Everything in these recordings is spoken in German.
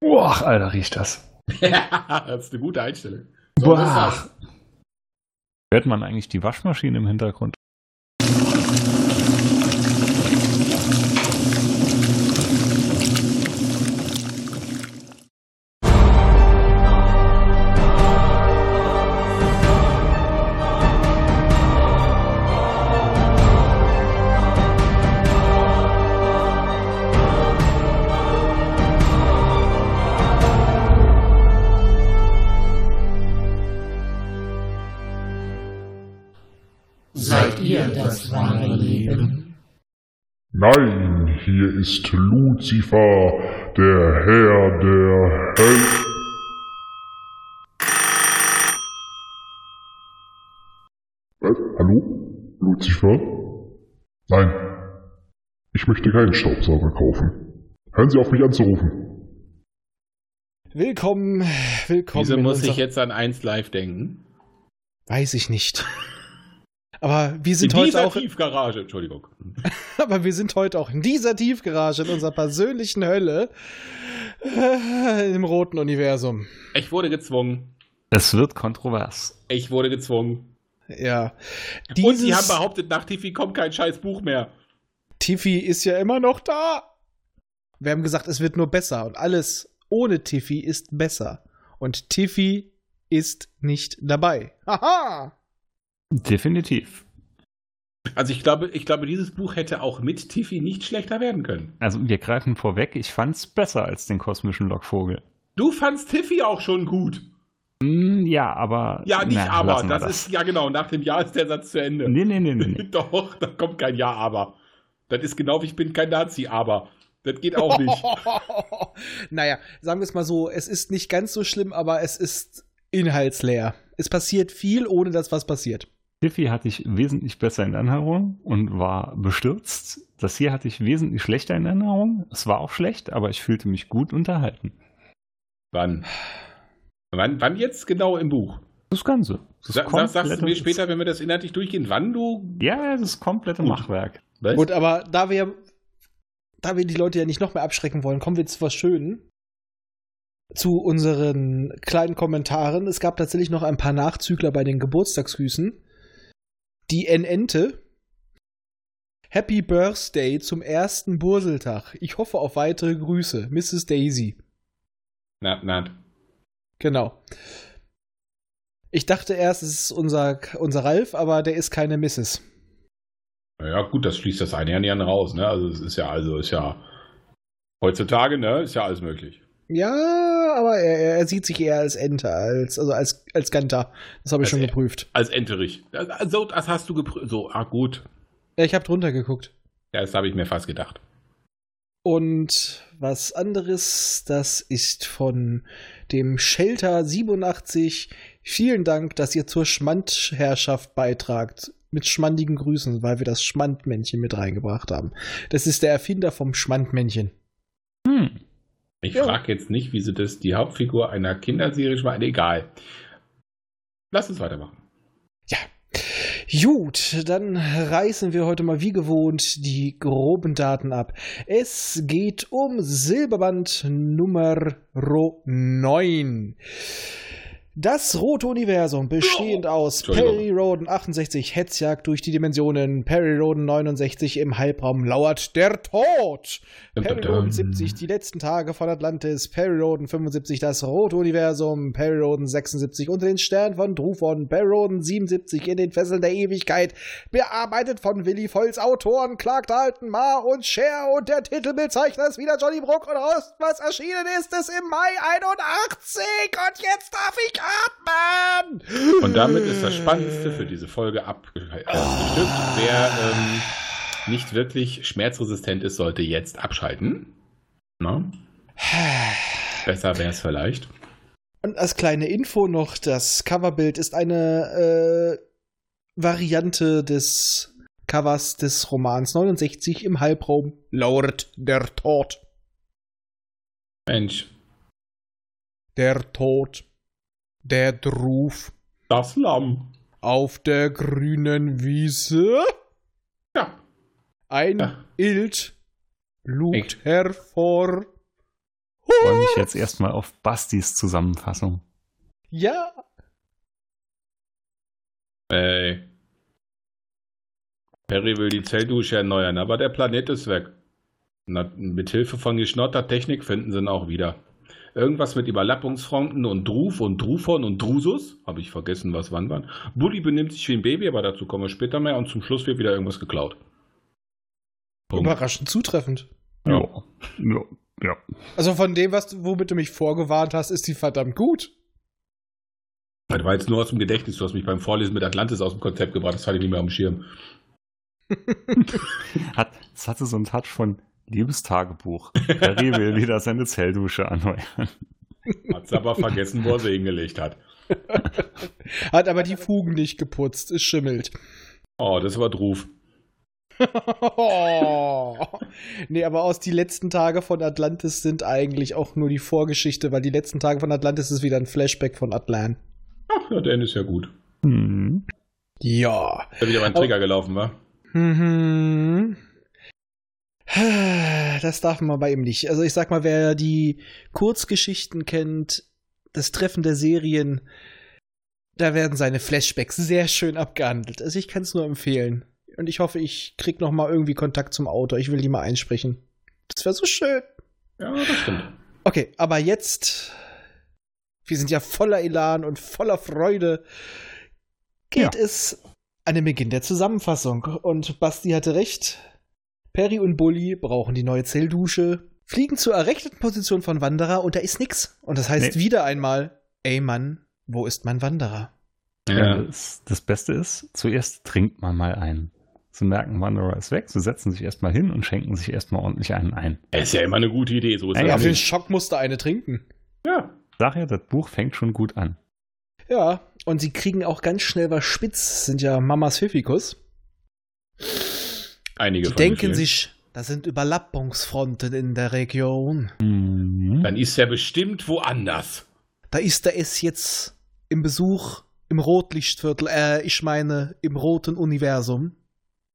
Boah, Alter, riecht das. Ja, das ist eine gute Einstellung. So, das Boah. war's. Hört man eigentlich die Waschmaschine im Hintergrund? Seid ihr das wahre Leben? Nein, hier ist Luzifer, der Herr der Hölle. Was? Hallo? Luzifer? Nein. Ich möchte keinen Staubsauger kaufen. Hören Sie auf mich anzurufen. Willkommen, willkommen. Wieso in muss ich unserer- jetzt an 1 live denken? Weiß ich nicht. Aber wir In sind heute dieser auch, Tiefgarage, Entschuldigung. aber wir sind heute auch in dieser Tiefgarage in unserer persönlichen Hölle äh, im roten Universum. Ich wurde gezwungen. Es wird kontrovers. Ich wurde gezwungen. Ja. Und sie haben Dieses behauptet, nach Tiffy kommt kein scheiß Buch mehr. Tiffy ist ja immer noch da. Wir haben gesagt, es wird nur besser und alles ohne Tiffy ist besser. Und Tiffy ist nicht dabei. Haha! Definitiv. Also ich glaube, ich glaube, dieses Buch hätte auch mit Tiffy nicht schlechter werden können. Also wir greifen vorweg, ich fand's besser als den kosmischen Lockvogel. Du fandst Tiffy auch schon gut. Hm, ja, aber. Ja, nicht na, aber. lassen wir Das, ist, ja genau, nach dem Jahr ist der Satz zu Ende. Nee, nee, nee, nee. nee. Doch, da kommt kein Ja, aber. Das ist genau wie ich bin kein Nazi, aber. Das geht auch nicht. naja, sagen wir es mal so, es ist nicht ganz so schlimm, aber es ist inhaltsleer. Es passiert viel, ohne dass was passiert. Tiffy hatte ich wesentlich besser in Erinnerung und war bestürzt. Das hier hatte ich wesentlich schlechter in Erinnerung. Es war auch schlecht, aber ich fühlte mich gut unterhalten. Wann? Wann, wann jetzt genau im Buch? Das Ganze. Das Sa sag, sagst du komplette- mir später, wenn wir das inhaltlich durchgehen, wann du. Ja, das komplette Gut. Machwerk. Was? Gut, aber da wir, da wir die Leute ja nicht noch mehr abschrecken wollen, kommen wir zu was Schönen. Zu unseren kleinen Kommentaren. Es gab tatsächlich noch ein paar Nachzügler bei den Geburtstagsgrüßen. Die N-Ente. Happy Birthday zum ersten Burseltag. Ich hoffe auf weitere Grüße. Mrs. Daisy. Na, na. Genau. Ich dachte erst, es ist unser, unser Ralf, aber der ist keine Mrs. Ja, gut, das schließt das eine ja nicht an raus, ne? Also, es ist ja, also, ist ja. Heutzutage, ne? Ist ja alles möglich. Ja, aber er, er sieht sich eher als Ente, als, also als, als Ganta. Das habe ich Als schon E- geprüft. Als Enterich. So, das hast du geprüft. So, ah, gut. Ja, ich habe drunter geguckt. Ja, das habe ich mir fast gedacht. Und was anderes, das ist von dem Shelter 87. Vielen Dank, dass ihr zur Schmandherrschaft beitragt. Mit schmandigen Grüßen, weil wir das Schmandmännchen mit reingebracht haben. Das ist der Erfinder vom Schmandmännchen. Hm. Ich Ja. frage jetzt nicht, wieso das die Hauptfigur einer Kinderserie schon mal. Egal. Lass uns weitermachen. Gut, dann reißen wir heute mal wie gewohnt die groben Daten ab. Es geht um Silberband Nummer 9. Das rote Universum, bestehend aus Entschuldigung. Perry Roden 68, Hetzjagd durch die Dimensionen, Perry Roden 69, im Halbraum lauert der Tod. Dum, dum, Perry Roden dum. 70, die letzten Tage von Atlantis, Perry Roden 75, das rote Universum, Perry Roden 76, unter den Sternen von Drufon, Perry Roden 77, in den Fesseln der Ewigkeit, bearbeitet von Willi Volz, Autoren Clark Dalton, Mar und Scher und der Titelbezeichner ist wieder Johnny Brook und aus was erschienen ist es im Mai 81 und jetzt darf ich atmen! Und damit ist das Spannendste für diese Folge abgestückt. Wer ähm, nicht wirklich schmerzresistent ist, sollte jetzt abschalten. Na? Besser wäre es vielleicht. Und als kleine Info noch, das Coverbild ist eine äh, Variante des Covers des Romans 69 im Halbraum lauert der Tod. Mensch, Der Tod. Der Druf das Lamm. auf der grünen Wiese. Ja. Ein Ja. Ilt lugt hervor. Wollen ich jetzt erstmal auf Bastis Zusammenfassung. Ja. Ey. Perry will die Zelldusche erneuern, aber der Planet ist weg. Na, mit Hilfe von geschnotterter Technik finden sie ihn auch wieder. Irgendwas mit Überlappungsfronten und Druf und Drufon und Drusus. Habe ich vergessen, was wann waren. Bully benimmt sich wie ein Baby, aber dazu kommen wir später mehr. Und zum Schluss wird wieder irgendwas geklaut. Punkt. Überraschend zutreffend. Ja. Ja. ja. Also von dem, was du, womit du mich vorgewarnt hast, ist die verdammt gut. Das war jetzt nur aus dem Gedächtnis. Du hast mich beim Vorlesen mit Atlantis aus dem Konzept gebracht. Das hatte ich nicht mehr am Schirm. Hat, es hatte so einen Touch von Liebes Tagebuch. Perry will wieder seine Zelldusche erneuern. Hat's aber vergessen, wo er sie hingelegt hat. Hat aber die Fugen nicht geputzt. Es schimmelt. Oh, das war Druf. oh. Nee, aber aus die letzten Tage von Atlantis sind eigentlich auch nur die Vorgeschichte, weil die letzten Tage von Atlantis ist wieder ein Flashback von Atlan. Ach, ja, Dan ist ja gut. Mhm. Hm. Ja. Da wieder mein Trigger gelaufen, war. Mhm. Das darf man bei ihm nicht. Also ich sag mal, wer die Kurzgeschichten kennt, das Treffen der Serien, da werden seine Flashbacks sehr schön abgehandelt. Also ich kann es nur empfehlen. Und ich hoffe, ich krieg noch mal irgendwie Kontakt zum Autor. Ich will die mal einsprechen. Das wäre so schön. Ja, das stimmt. Okay, aber jetzt, wir sind ja voller Elan und voller Freude, geht Ja. es an den Beginn der Zusammenfassung. Und Basti hatte recht. Perry und Bully brauchen die neue Zelldusche, fliegen zur errechteten Position von Wanderer und da ist nix. Und das heißt Nee. wieder einmal, ey Mann, wo ist mein Wanderer? Ja. Das, das Beste ist, zuerst trinkt man mal ein. Sie merken, Wanderer ist weg, sie setzen sich erstmal hin und schenken sich erstmal ordentlich einen ein. Ist ja immer eine gute Idee, so ist Naja, Ja, das für den nicht. Schock musste eine trinken. Ja. Sag ja, das Buch fängt schon gut an. Ja, und sie kriegen auch ganz schnell was spitz, sind ja Mamas Pfiffikus. Einige Die von den denken vielen. sich, das sind Überlappungsfronten in der Region. Mhm. Dann ist er bestimmt woanders. Da ist er es jetzt im Besuch im Rotlichtviertel, äh, ich meine im roten Universum.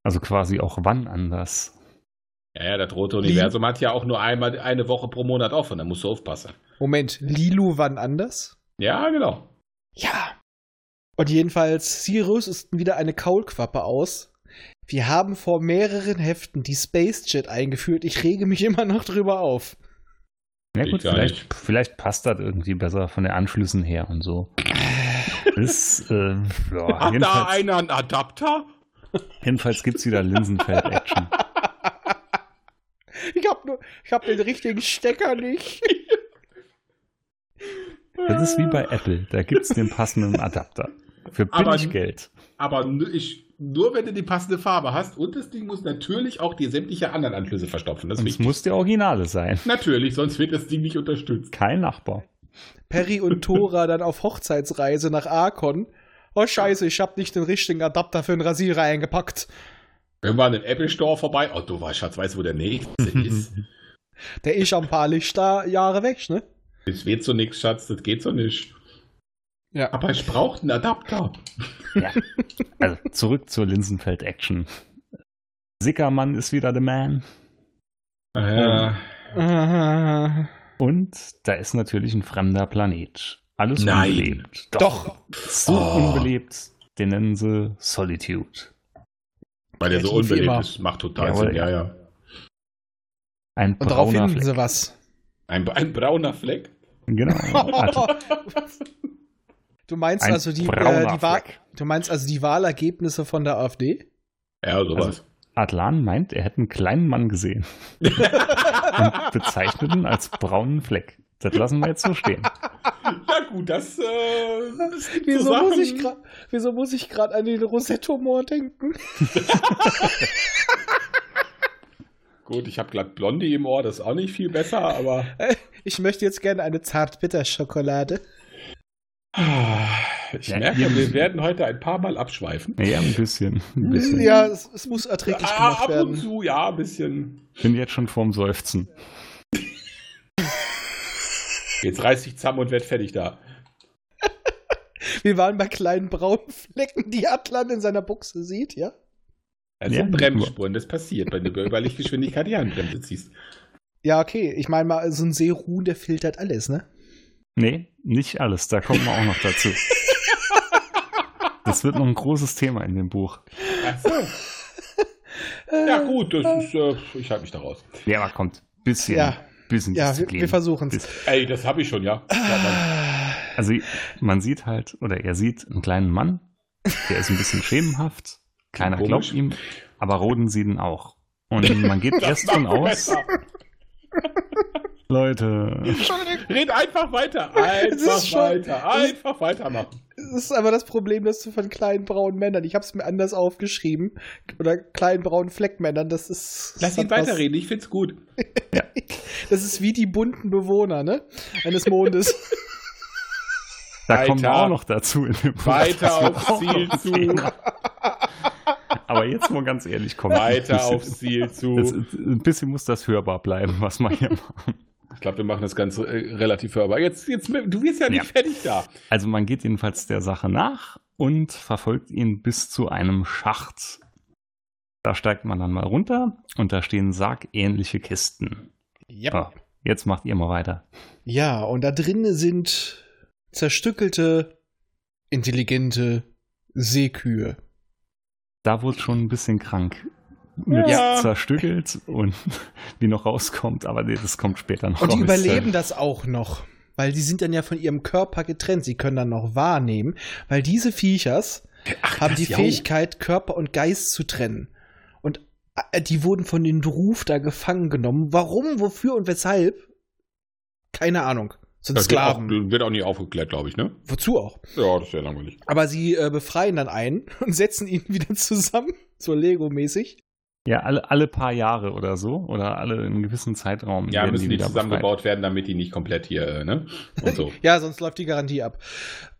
Also quasi auch wann anders. Ja, ja, das rote Universum hat ja auch nur einmal eine Woche pro Monat offen, da musst du aufpassen. Moment, Lilu wann anders? Ja, genau. Ja. Und jedenfalls, sie rösten wieder eine Kaulquappe aus. Wir haben vor mehreren Heften die Space Jet eingeführt. Ich rege mich immer noch drüber auf. Na Geht gut, gar vielleicht, vielleicht passt das irgendwie besser von den Anschlüssen her und so. Ist, ähm, ja, Hat da jedenfalls, einer einen Adapter? jedenfalls gibt es wieder Linsenfeld-Action. Ich hab, nur, ich hab den richtigen Stecker nicht. Das ist wie bei Apple, da gibt es den passenden Adapter. Für Aber- billig Geld. Aber nu- ich, nur wenn du die passende Farbe hast und das Ding muss natürlich auch die sämtliche anderen Anschlüsse verstopfen. Das Und es ist muss der Originale sein. natürlich, sonst wird das Ding nicht unterstützt. Kein Nachbar. Perry und Tora dann auf Hochzeitsreise nach Arkon. Oh scheiße, ich hab nicht den richtigen Adapter für den Rasierer eingepackt. Wenn wir an den Apple Store vorbei, oh du weißt, Schatz, weißt du, wo der nächste ist? Der ist am paar Lichterjahre weg, ne? Das wird so nichts, Schatz, das geht so nicht. Ja. Aber ich brauche einen Adapter. Ja. Also zurück zur Linsenfeld-Action. Sickermann ist wieder der Man. Äh, Äh, Und da ist natürlich ein fremder Planet. Alles Nein. unbelebt. doch. So Oh. unbelebt, den nennen sie Solitude. weil der so Definitiv immer. unbelebt ist, macht total Jawohl, Sinn, ja, ja. Ein Und darauf brauner finden Fleck. sie was. Ein, ein brauner Fleck? Genau. Also, du meinst ein also die, äh, brauner die Wahl, Fleck. du meinst also die Wahlergebnisse von der AfD? Ja, Also- sowas. Adlan meint, er hätte einen kleinen Mann gesehen. und bezeichnet ihn als braunen Fleck. Das lassen wir jetzt so stehen. Na Ah, gut, das, äh, das gibt so Wieso Sachen. muss, ich gra- wieso muss ich gerade an den Rosetto-Moor denken? Gut, ich habe glatt Blondie im Ohr, das ist auch nicht viel besser, aber. Äh. Ich möchte jetzt gerne eine Zartbitterschokolade. Ah, Ich Ja, merke, ihr- wir werden heute ein paar Mal abschweifen. Ja, ein bisschen. Ein bisschen. Ja, es, es muss erträglich Ah, gemacht ab und werden. zu, ja, ein bisschen. Bin jetzt schon vorm Seufzen. Jetzt reiß ich zusammen und werd fertig da. Wir waren bei kleinen braunen Flecken, die Atlan in seiner Buchse sieht, ja? Das Ja, Also sind Bremsspuren, das passiert, wenn du bei Überlichtgeschwindigkeit die Handbremse ziehst. Ja, okay. Ich meine mal, so ein Seeruhn, der filtert alles, ne? Nee, nicht alles. Da kommen wir auch noch dazu. Das wird noch ein großes Thema in dem Buch. Ach so. Ja, gut, das ist, äh, ich halte mich da raus. Ja, aber kommt. Bisschen. Ja. Bisschen Ja, wir, Genau. Disziplin. wir versuchen es. Bis- Ey, das habe ich schon, ja. ja dann, Also man sieht halt, oder er sieht einen kleinen Mann, der ist ein bisschen schemenhaft, keiner Komisch. glaubt ihm, aber Roden sieht ihn auch. Und man geht erst Genau. von aus, besser. Leute, Red einfach weiter. Einfach ist schon- weiter. Einfach weitermachen. Das ist aber das Problem, dass du von kleinen braunen Männern, ich habe es mir anders aufgeschrieben, oder kleinen braunen Fleckmännern, das ist. Lass das ihn hat was- weiterreden, ich find's gut. Das ist wie die bunten Bewohner, ne? Eines Mondes. da kommen wir Weiter. auch noch dazu in dem Buch. Das Weiter wird aufs auch Ziel noch ein zu. Thema. Aber jetzt mal ganz ehrlich, komm. Weiter ein bisschen- aufs Ziel Es, zu. ein bisschen muss das hörbar bleiben, was man hier macht. Ich glaube, wir machen das Ganze äh, relativ hörbar. Jetzt, jetzt, du wirst ja nicht Ja. fertig da. Also man geht jedenfalls der Sache nach und verfolgt ihn bis zu einem Schacht. Da steigt man dann mal runter und da stehen sargähnliche Kisten. Ja. So, jetzt macht ihr mal weiter. Ja, und da drin sind zerstückelte, intelligente Seekühe. Da wurde schon ein bisschen krank. Mit Ja. zerstückelt und wie noch rauskommt, aber nee, das kommt später noch Und die raus. überleben das auch noch. Weil die sind dann ja von ihrem Körper getrennt. Sie können dann noch wahrnehmen, weil diese Viechers haben die ja. Fähigkeit, Körper und Geist zu trennen. Und äh, die wurden von den Druf da gefangen genommen. Warum, wofür und weshalb? Keine Ahnung. Sind Das wird auch, Sklaven. wird auch nie aufgeklärt, glaube ich, ne? Wozu auch? Ja, das wäre langweilig. Aber sie äh, befreien dann einen und setzen ihn wieder zusammen, so Lego-mäßig. Ja, alle, alle paar Jahre oder so oder alle in einem gewissen Zeitraum. Ja, werden müssen die wieder befreit. zusammengebaut werden, damit die nicht komplett hier, äh, ne? Und so. Ja, sonst läuft die Garantie ab.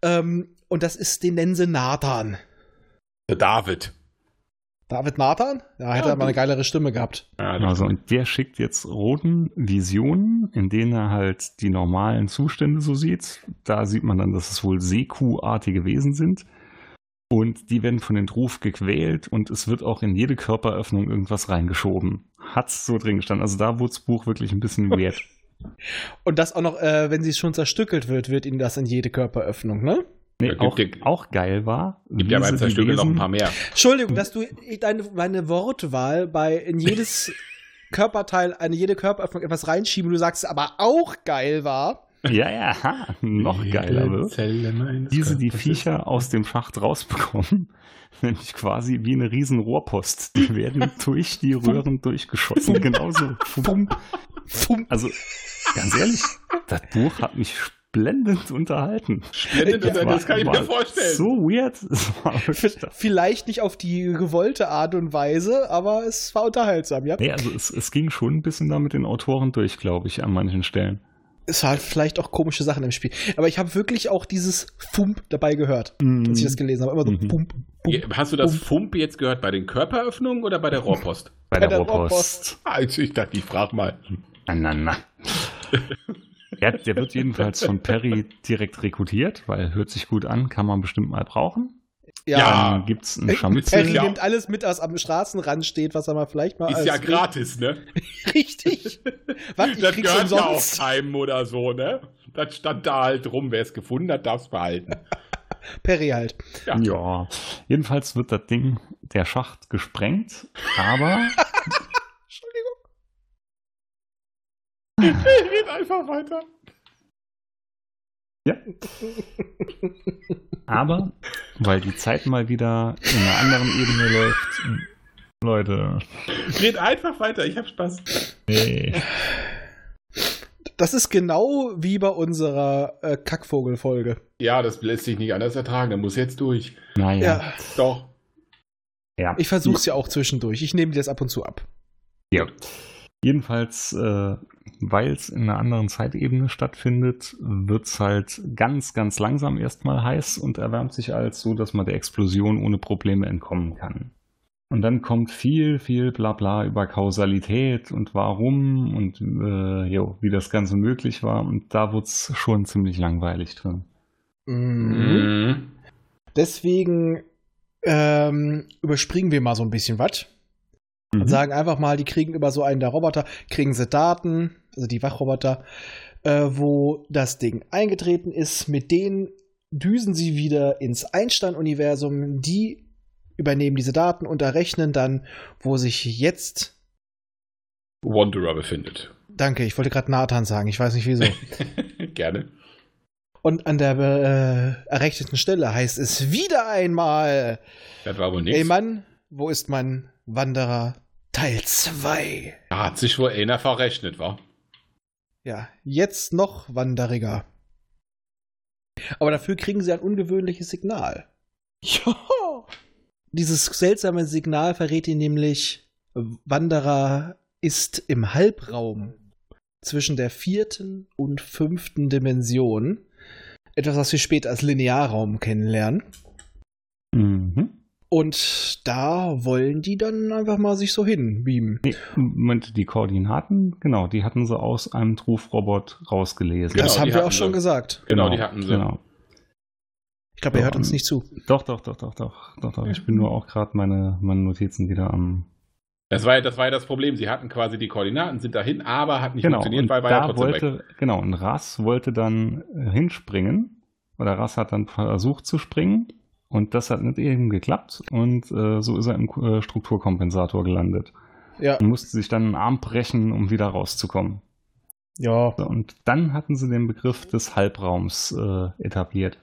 Ähm, und das ist, den nennen sie Nathan. Der David. David Nathan? Ja, hätte Ja, aber eine gut. geilere Stimme gehabt. Ja, das Also, und der schickt jetzt Roten Visionen, in denen er halt die normalen Zustände so sieht. Da sieht man dann, dass es wohl Seekuhartige Wesen sind. Und die werden von den Druf gequält und es wird auch in jede Körperöffnung irgendwas reingeschoben. Hat's so drin gestanden. Also da wurde das Buch wirklich ein bisschen weird. Und das auch noch, äh, wenn sie schon zerstückelt wird, wird ihnen das in jede Körperöffnung, ne? Nee, Ja, auch, gibt- auch geil war. gibt ja wie beim sie die Zerstückeln noch ein Wesen- paar mehr. Entschuldigung, dass du deine, meine Wortwahl bei in jedes Körperteil, eine jede Körperöffnung etwas reinschieben, du sagst, aber auch geil war. Ja, ja, ha, noch geiler wird. diese die Viecher aus dem Schacht rausbekommen, nämlich quasi wie eine riesen Rohrpost. Die werden durch die Röhren durchgeschossen. Genauso. Fum. Fum. Also, ganz ehrlich, das Buch hat mich blendend unterhalten. Splendid, das, das kann ich War- mir war vorstellen. So weird. Es war wirklich das. Vielleicht nicht auf die gewollte Art und Weise, aber es war unterhaltsam, ja. Nee, also es, es ging schon ein bisschen da mit den Autoren durch, glaube ich, an manchen Stellen. Es waren vielleicht auch komische Sachen im Spiel. Aber ich habe wirklich auch dieses Fump dabei gehört, als ich das gelesen habe. Immer so Mhm. Pump, Pump. Ja, Hast du das Fump jetzt gehört bei den Körperöffnungen oder bei der Rohrpost? Bei Bei der, der Rohrpost. Also ich dachte, ich frag mal. Na, na, na. Ja, der wird jedenfalls von Perry direkt rekrutiert, weil hört sich gut an, kann man bestimmt mal brauchen. Ja. Dann gibt es Ähm, einen Perry Scharmützel. Ja. nimmt alles mit, was am Straßenrand steht, was er mal vielleicht mal Ist als ja gratis, ne? richtig. Was also ich das krieg's gehört ja auch umsonst. keinem oder so, ne? Das stand da halt rum. Wer es gefunden hat, darf es behalten. Perry halt. Ja. Ja. Jedenfalls wird das Ding, der Schacht, gesprengt, aber Entschuldigung. Red einfach weiter. Aber, weil die Zeit mal wieder in einer anderen Ebene läuft. Leute. Red einfach weiter. Ich hab Spaß. Nee. Das ist genau wie bei unserer äh, Kackvogelfolge. Ja, das lässt sich nicht anders ertragen. Da muss jetzt durch. Naja. Ja. Doch. Ja. Ich versuch's ja auch zwischendurch. Ich nehme dir das ab und zu ab. ja. Jedenfalls, äh, weil es in einer anderen Zeitebene stattfindet, wird es halt ganz, ganz langsam erstmal heiß und erwärmt sich als so, dass man der Explosion ohne Probleme entkommen kann. Und dann kommt viel, viel Blabla über Kausalität und warum und äh, jo, wie das Ganze möglich war. Und da wurde es schon ziemlich langweilig drin. Mhm. Deswegen ähm, überspringen wir mal so ein bisschen was. Und sagen einfach mal, die kriegen über so einen der Roboter, kriegen sie Daten, also die Wachroboter, äh, wo das Ding eingetreten ist. Mit denen düsen sie wieder ins Einstein-Universum. Die übernehmen diese Daten und errechnen dann, wo sich jetzt. Wanderer befindet. Danke, ich wollte gerade Nathan sagen, ich weiß nicht wieso. Gerne. Und an der äh, errechneten Stelle heißt es wieder einmal: Das war wohl Ey nichts. Mann, wo ist mein Wanderer Teil 2? Da hat sich wohl einer verrechnet, war. Ja, jetzt noch wanderiger. Aber dafür kriegen sie ein ungewöhnliches Signal. Ja. Dieses seltsame Signal verrät ihnen nämlich, Wanderer ist im Halbraum zwischen der vierten und fünften Dimension. Etwas, was wir später als Linearraum kennenlernen. Mhm. Und da wollen die dann einfach mal sich so hinbeamen. Nee, Moment, die Koordinaten, genau, die hatten sie aus einem Trufrobot rausgelesen. Genau, das haben die wir hatten auch schon sie. gesagt. Genau, die hatten sie. Genau. Ich glaube, er hört Ja, uns ähm, nicht zu. Doch, doch, doch, doch, doch, doch, doch. Ich bin nur auch gerade meine, meine Notizen wieder am. Das war, ja- das war ja das Problem. Sie hatten quasi die Koordinaten, sind dahin, aber hat nicht genau. funktioniert, und weil war ja da trotzdem weg. wollte, genau. Und Ras wollte dann äh, hinspringen oder Ras hat dann versucht zu springen und das hat nicht eben geklappt und äh, so ist er im Ku- äh, Strukturkompensator gelandet Ja. und musste sich dann einen Arm brechen, um wieder rauszukommen. Ja. So, Und dann hatten sie den Begriff des Halbraums äh, etabliert.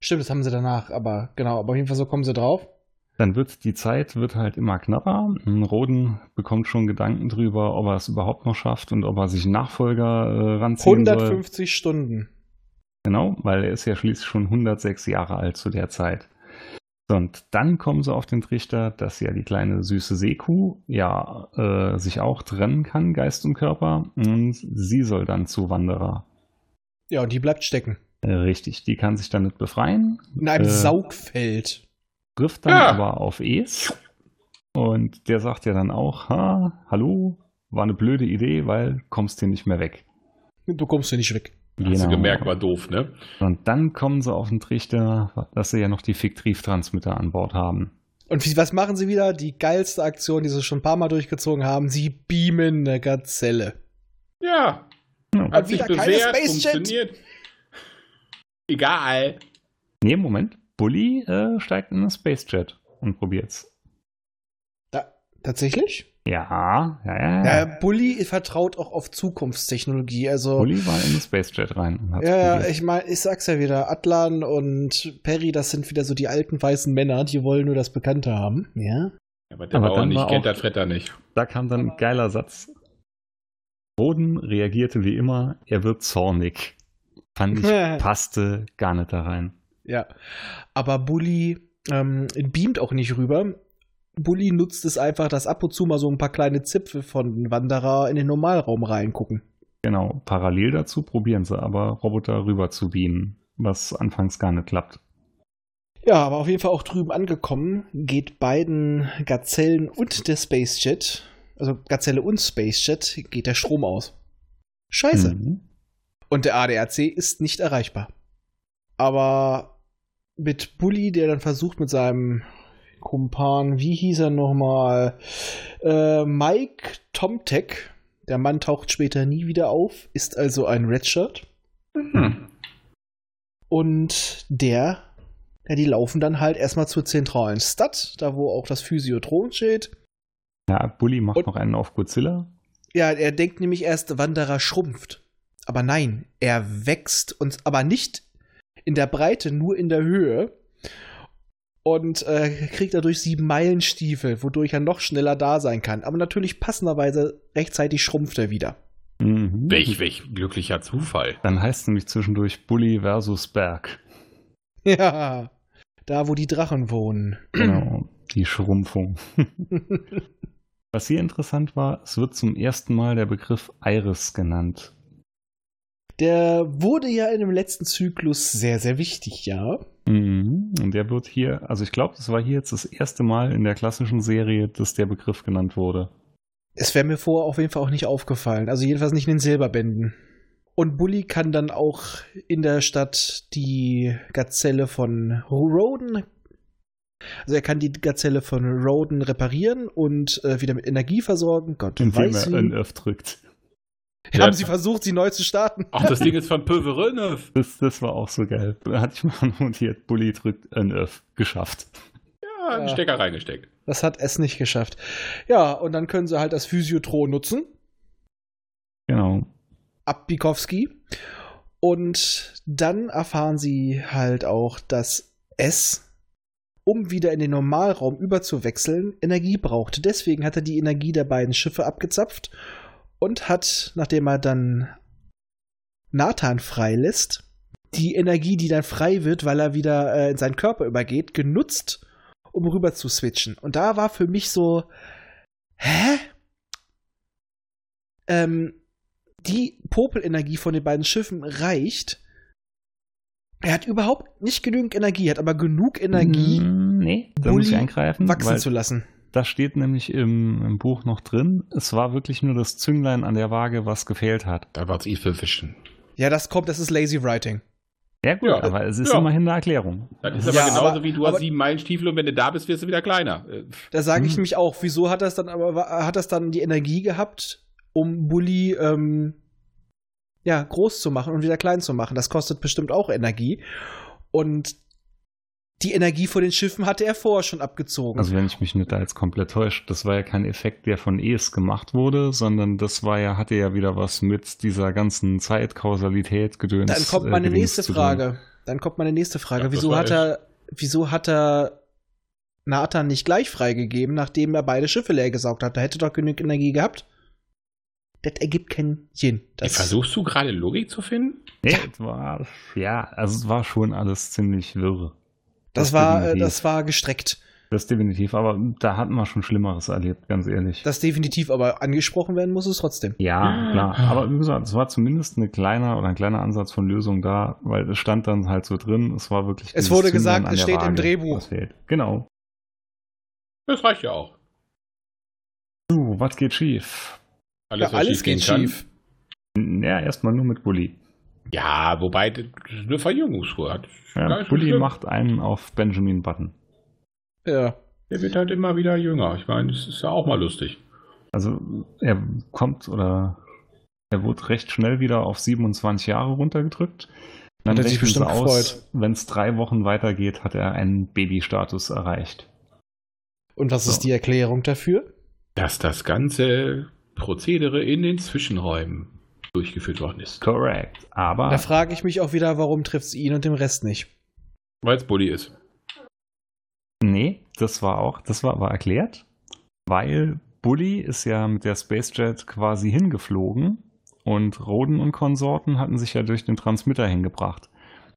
Stimmt, das haben sie danach, aber genau, aber auf jeden Fall so kommen sie drauf. Dann wird die Zeit wird halt immer knapper. Roden bekommt schon Gedanken drüber, ob er es überhaupt noch schafft und ob er sich einen Nachfolger äh, ranziehen soll. 150 Stunden. Genau, weil er ist ja schließlich schon 106 Jahre alt zu der Zeit. So, Und dann kommen sie auf den Trichter, dass ja die kleine süße Seekuh ja äh, sich auch trennen kann, Geist und Körper, und sie soll dann zu Wanderer. Ja, und die bleibt stecken. Äh, richtig, die kann sich dann nicht befreien, In einem Äh. Saugfeld. trifft dann Ja. aber auf Es. Und der sagt ja dann auch, ha, hallo, war eine blöde Idee, weil kommst hier nicht mehr weg. Du kommst hier nicht weg. Hast Genau. du gemerkt, war doof, ne? Und dann kommen sie auf den Trichter, dass sie ja noch die Fiktivtransmitter an Bord haben. Und wie, was machen sie wieder? Die geilste Aktion, die sie schon ein paar Mal durchgezogen haben. Sie beamen eine Gazelle. Ja. Ja. Hat sich wieder keine bewährt, Space Jet. funktioniert. Egal. Nee, Moment, Bully äh, steigt in das Spacejet und probiert's. Da, tatsächlich? Ja, ja, ja. ja. Ja. Bully vertraut auch auf Zukunftstechnologie. Also, Bully war in das Spacejet rein und hat's ja, ja, probiert. ich meine, ich sag's ja wieder. Atlan und Perry, das sind wieder so die alten weißen Männer, die wollen nur das Bekannte haben. Ja. Aber der Aber Bauer dann nicht war kennt auch- das Fretter nicht. Da kam dann ein geiler Satz. Roden reagierte wie immer, er wird zornig. Fand ich, passte gar nicht da rein. Ja. Aber Bully ähm, beamt auch nicht rüber. Bully nutzt es einfach, dass ab und zu mal so ein paar kleine Zipfel von Wanderer in den Normalraum reingucken. Genau, parallel dazu probieren sie aber, Roboter rüber zu beamen, was anfangs gar nicht klappt. Ja, aber auf jeden Fall auch drüben angekommen, geht beiden Gazellen und der Spacejet, also Gazelle und Spacejet, geht der Strom aus. Scheiße. Mhm. Und der ADAC ist nicht erreichbar. Aber mit Bully, der dann versucht mit seinem Kumpan, wie hieß er nochmal, äh, Mike Tomtek, der Mann taucht später nie wieder auf, ist also ein Redshirt. Hm. Und der, ja, die laufen dann halt erstmal zur zentralen Stadt, da wo auch das Physiotron steht. Ja, Bully macht Und- noch einen auf Godzilla. Ja, er denkt nämlich erst, Wanderer schrumpft. Aber nein, er wächst und aber nicht in der Breite, nur in der Höhe. Und äh, kriegt dadurch sieben Meilenstiefel, wodurch er noch schneller da sein kann. Aber natürlich passenderweise rechtzeitig schrumpft er wieder. Mhm. Welch, welch glücklicher Zufall. Dann heißt es nämlich zwischendurch Bully versus Berg. Ja. Da, wo die Drachen wohnen. Genau, die Schrumpfung. was hier interessant war, es wird zum ersten Mal der Begriff Iris genannt. Der wurde ja in dem letzten Zyklus sehr, sehr wichtig, ja. Mhm. Und der wird hier, also ich glaube, das war hier jetzt das erste Mal in der klassischen Serie, dass der Begriff genannt wurde. Es wäre mir vorher auf jeden Fall auch nicht aufgefallen. Also jedenfalls nicht in den Silberbänden. Und Bully kann dann auch in der Stadt die Gazelle von Roden Also er kann die Gazelle von Roden reparieren und äh, wieder mit Energie versorgen. Gott indem weiß er wie. NF drückt. Ja. Haben sie versucht, sie neu zu starten? Ach, das Ding ist von Pöverönöf. Das, das war auch so geil. Da hatte ich mal notiert, Bully drückt NF. Geschafft. Ja, einen Ja. Stecker reingesteckt. Das hat es nicht geschafft. Ja, und dann können sie halt das Physiotron nutzen. Genau. ab Bikowski. Und dann erfahren sie halt auch, dass es, um wieder in den Normalraum überzuwechseln, Energie brauchte. Deswegen hat er die Energie der beiden Schiffe abgezapft und hat, nachdem er dann Nathan freilässt, die Energie, die dann frei wird, weil er wieder äh, in seinen Körper übergeht, genutzt, um rüber zu switchen. Und da war für mich so, hä? Ähm, die Popelenergie von den beiden Schiffen reicht. Er hat überhaupt nicht genügend Energie, hat aber genug Energie, Mm, Nee, da muss ich Bully eingreifen, wachsen Hm, weil zu lassen. da steht nämlich im, im Buch noch drin, es war wirklich nur das Zünglein an der Waage, was gefehlt hat. Da war's Evil Vision. Ja, das kommt, das ist Lazy Writing. Ja gut, Ja. aber es ist Ja. immerhin eine Erklärung. Das ist aber Ja, genau- genauso aber- wie du aber- hast sieben Meilenstiefel und wenn du da bist, wirst du wieder kleiner. Äh, pff. Da sage ich Hm. mich auch, wieso hat das dann aber wa- hat das dann die Energie gehabt, um Bully ähm, ja, groß zu machen und wieder klein zu machen. Das kostet bestimmt auch Energie. Und die Energie von den Schiffen hatte er vorher schon abgezogen. Also wenn ich mich nicht da jetzt komplett täusche, das war ja kein Effekt, der von Es gemacht wurde, sondern das war ja, hatte ja wieder was mit dieser ganzen Zeitkausalität gedöns. Dann kommt äh, meine Gedöns nächste zu tun. Frage. Dann kommt meine nächste Frage. Ja, das wieso war hat er, wieso hat er Nathan nicht gleich freigegeben, nachdem er beide Schiffe leer gesaugt hat? Da hätte doch genügend Energie gehabt. Das ergibt keinen Sinn. Das Versuchst du gerade Logik zu finden? Nee, es war, ja, also es war schon alles ziemlich wirre. das war, äh, definitiv. das war gestreckt. Das definitiv, aber da hatten wir schon Schlimmeres erlebt, ganz ehrlich. Das Ah. definitiv, aber angesprochen werden muss es trotzdem. ja, klar. Aber wie gesagt, es war zumindest eine kleine oder ein kleiner Ansatz von Lösung da, weil es stand dann halt so drin. Es war wirklich. Es dieses wurde Zünglein gesagt, an es der steht im Waage, Drehbuch. was fehlt. Genau. Das reicht ja auch. So, was geht schief? Alles, was schief gehen kann. Ja, erstmal nur mit Bulli. Ja, wobei das ist eine Verjüngungsruhe hat. Gar Ja, nicht so Bulli schlimm. macht einen auf Benjamin Button. Ja. Der wird halt immer wieder jünger. Ich meine, das ist ja auch mal lustig. Also er kommt oder er wurde recht schnell wieder auf 27 Jahre runtergedrückt. Dann Hat er sich rechnen sie bestimmt aus, wenn es drei Wochen weitergeht, hat er einen Babystatus erreicht. Und was So. ist die Erklärung dafür? Dass das ganze Prozedere in den Zwischenräumen durchgeführt worden ist. Correct. Da Ah. Aber frage ich mich auch wieder, warum trifft es ihn und dem Rest nicht? Weil es Bulli ist. nee, das war auch, das war aber erklärt, weil Bully ist ja mit der Spacejet quasi hingeflogen und Roden und Konsorten hatten sich ja durch den Transmitter hingebracht.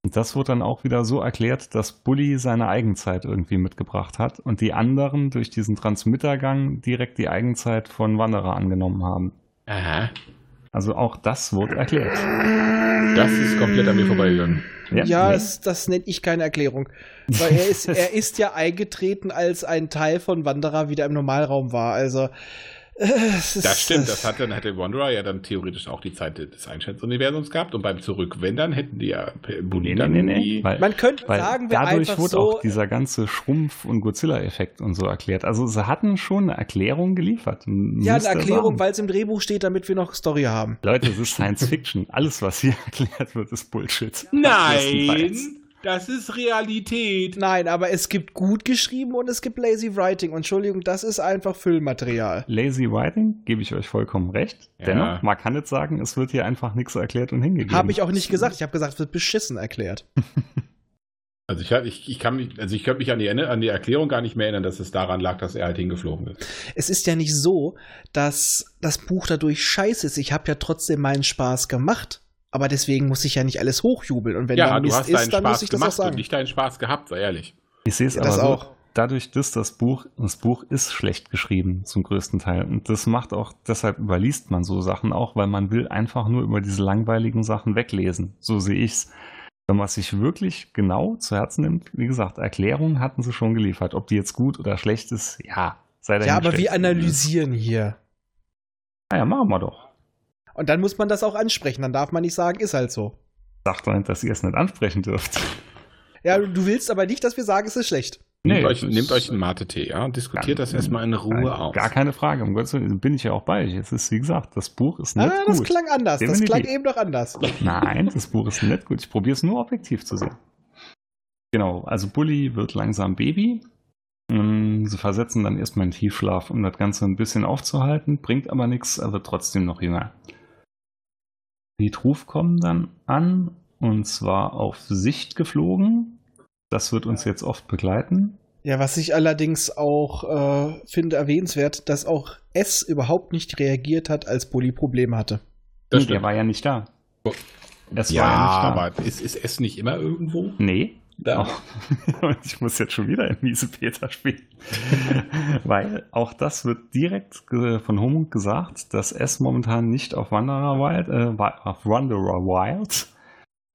Und das wurde dann auch wieder so erklärt, dass Bully seine Eigenzeit irgendwie mitgebracht hat und die anderen durch diesen Transmittergang direkt die Eigenzeit von Wanderer angenommen haben. Aha. Also auch das wurde erklärt. Das ist komplett an mir vorbeigegangen. Ja, nee. das, das nenne ich keine Erklärung. Weil er ist, er ist ja eingetreten, als ein Teil von Wanderer wieder im Normalraum war. Also, äh, es ist, Das stimmt, das hat dann hätte Wanderer ja dann theoretisch auch die Zeit des Einschätzungsuniversums gehabt und beim Zurückwendern hätten die ja Bulli Nee, nee, dann nee, nee. die- Weil- Man könnte Weil sagen, wir dadurch einfach wurde so. auch dieser ganze Schrumpf- und Godzilla-Effekt und so erklärt. Also sie hatten schon eine Erklärung geliefert. ja, eine Erklärung, weil es im Drehbuch steht, damit wir noch Story haben. Leute, es ist Science Fiction. Alles, was hier erklärt wird, ist Bullshit. Größtenteils. Nein, das ist Realität. Nein, aber es gibt gut geschrieben und es gibt lazy writing. Und Entschuldigung, das ist einfach Füllmaterial. Lazy Writing, gebe ich euch vollkommen recht. Ja. Dennoch, man kann nicht sagen, es wird hier einfach nichts erklärt und hingegeben. Habe ich auch nicht gesagt. Ich habe gesagt, es wird beschissen erklärt. Also ich, hab- ich, ich kann mich, also ich könnte mich an die, Ende- an die Erklärung gar nicht mehr erinnern, dass es daran lag, dass er halt hingeflogen ist. Es ist ja nicht so, dass das Buch dadurch scheiße ist. Ich habe ja trotzdem meinen Spaß gemacht. Aber deswegen muss ich ja nicht alles hochjubeln. Und wenn da du Mist hast deinen ist, dann muss Spaß ich das auch gemacht und sagen. nicht deinen Spaß gehabt, sei ehrlich. Ich sehe es Ja, aber das so, auch. dadurch, dass das Buch, das Buch ist schlecht geschrieben zum größten Teil. Und das macht auch, deshalb überliest man so Sachen auch, weil man will einfach nur über diese langweiligen Sachen weglesen. So sehe ich's. Wenn man es sich wirklich genau zu Herzen nimmt, wie gesagt, Erklärungen hatten sie schon geliefert. Ob die jetzt gut oder schlecht ist, ja, sei Ja, aber wir dahingestellt. Ah analysieren hier. Ja, ja, machen wir doch. Und dann muss man das auch ansprechen. Dann darf man nicht sagen, ist halt so. Sagt doch nicht, dass ihr es nicht ansprechen dürft. Ja, du willst aber nicht, dass wir sagen, es ist schlecht. Nehmt, Nee, euch, es ist- nehmt euch einen Mate-Tee, ja? Diskutiert das erstmal in Ruhe Nein, aus. Gar keine Frage. Um Gottes Willen bin ich ja auch bei euch. Es ist, wie gesagt, das Buch ist nicht ah, gut. das klang anders. Das Definitiv. klang eben noch anders. Nein, das Buch ist nicht gut. Ich probiere es nur objektiv zu sehen. Genau, also Bully wird langsam Baby. Ähm, Sie versetzen dann erstmal in Tiefschlaf, um das Ganze ein bisschen aufzuhalten, bringt aber nichts, er wird trotzdem noch jünger. Die Truf kommen dann an und zwar auf Sicht geflogen. Das wird uns jetzt oft begleiten. Ja, was ich allerdings auch äh, finde erwähnenswert, dass auch S überhaupt nicht reagiert hat, als Bully Probleme hatte. Das Nee, stimmt. Oh. der war ja nicht da. Es ja, war ja nicht da. aber ist, ist es nicht immer irgendwo? Nee, Da. Auch, und ich muss jetzt schon wieder im miese Peter spielen. Weil auch das wird direkt ge- von Homung gesagt, dass S momentan nicht auf Wanderer Wild, äh, wa- auf Wanderer Wild,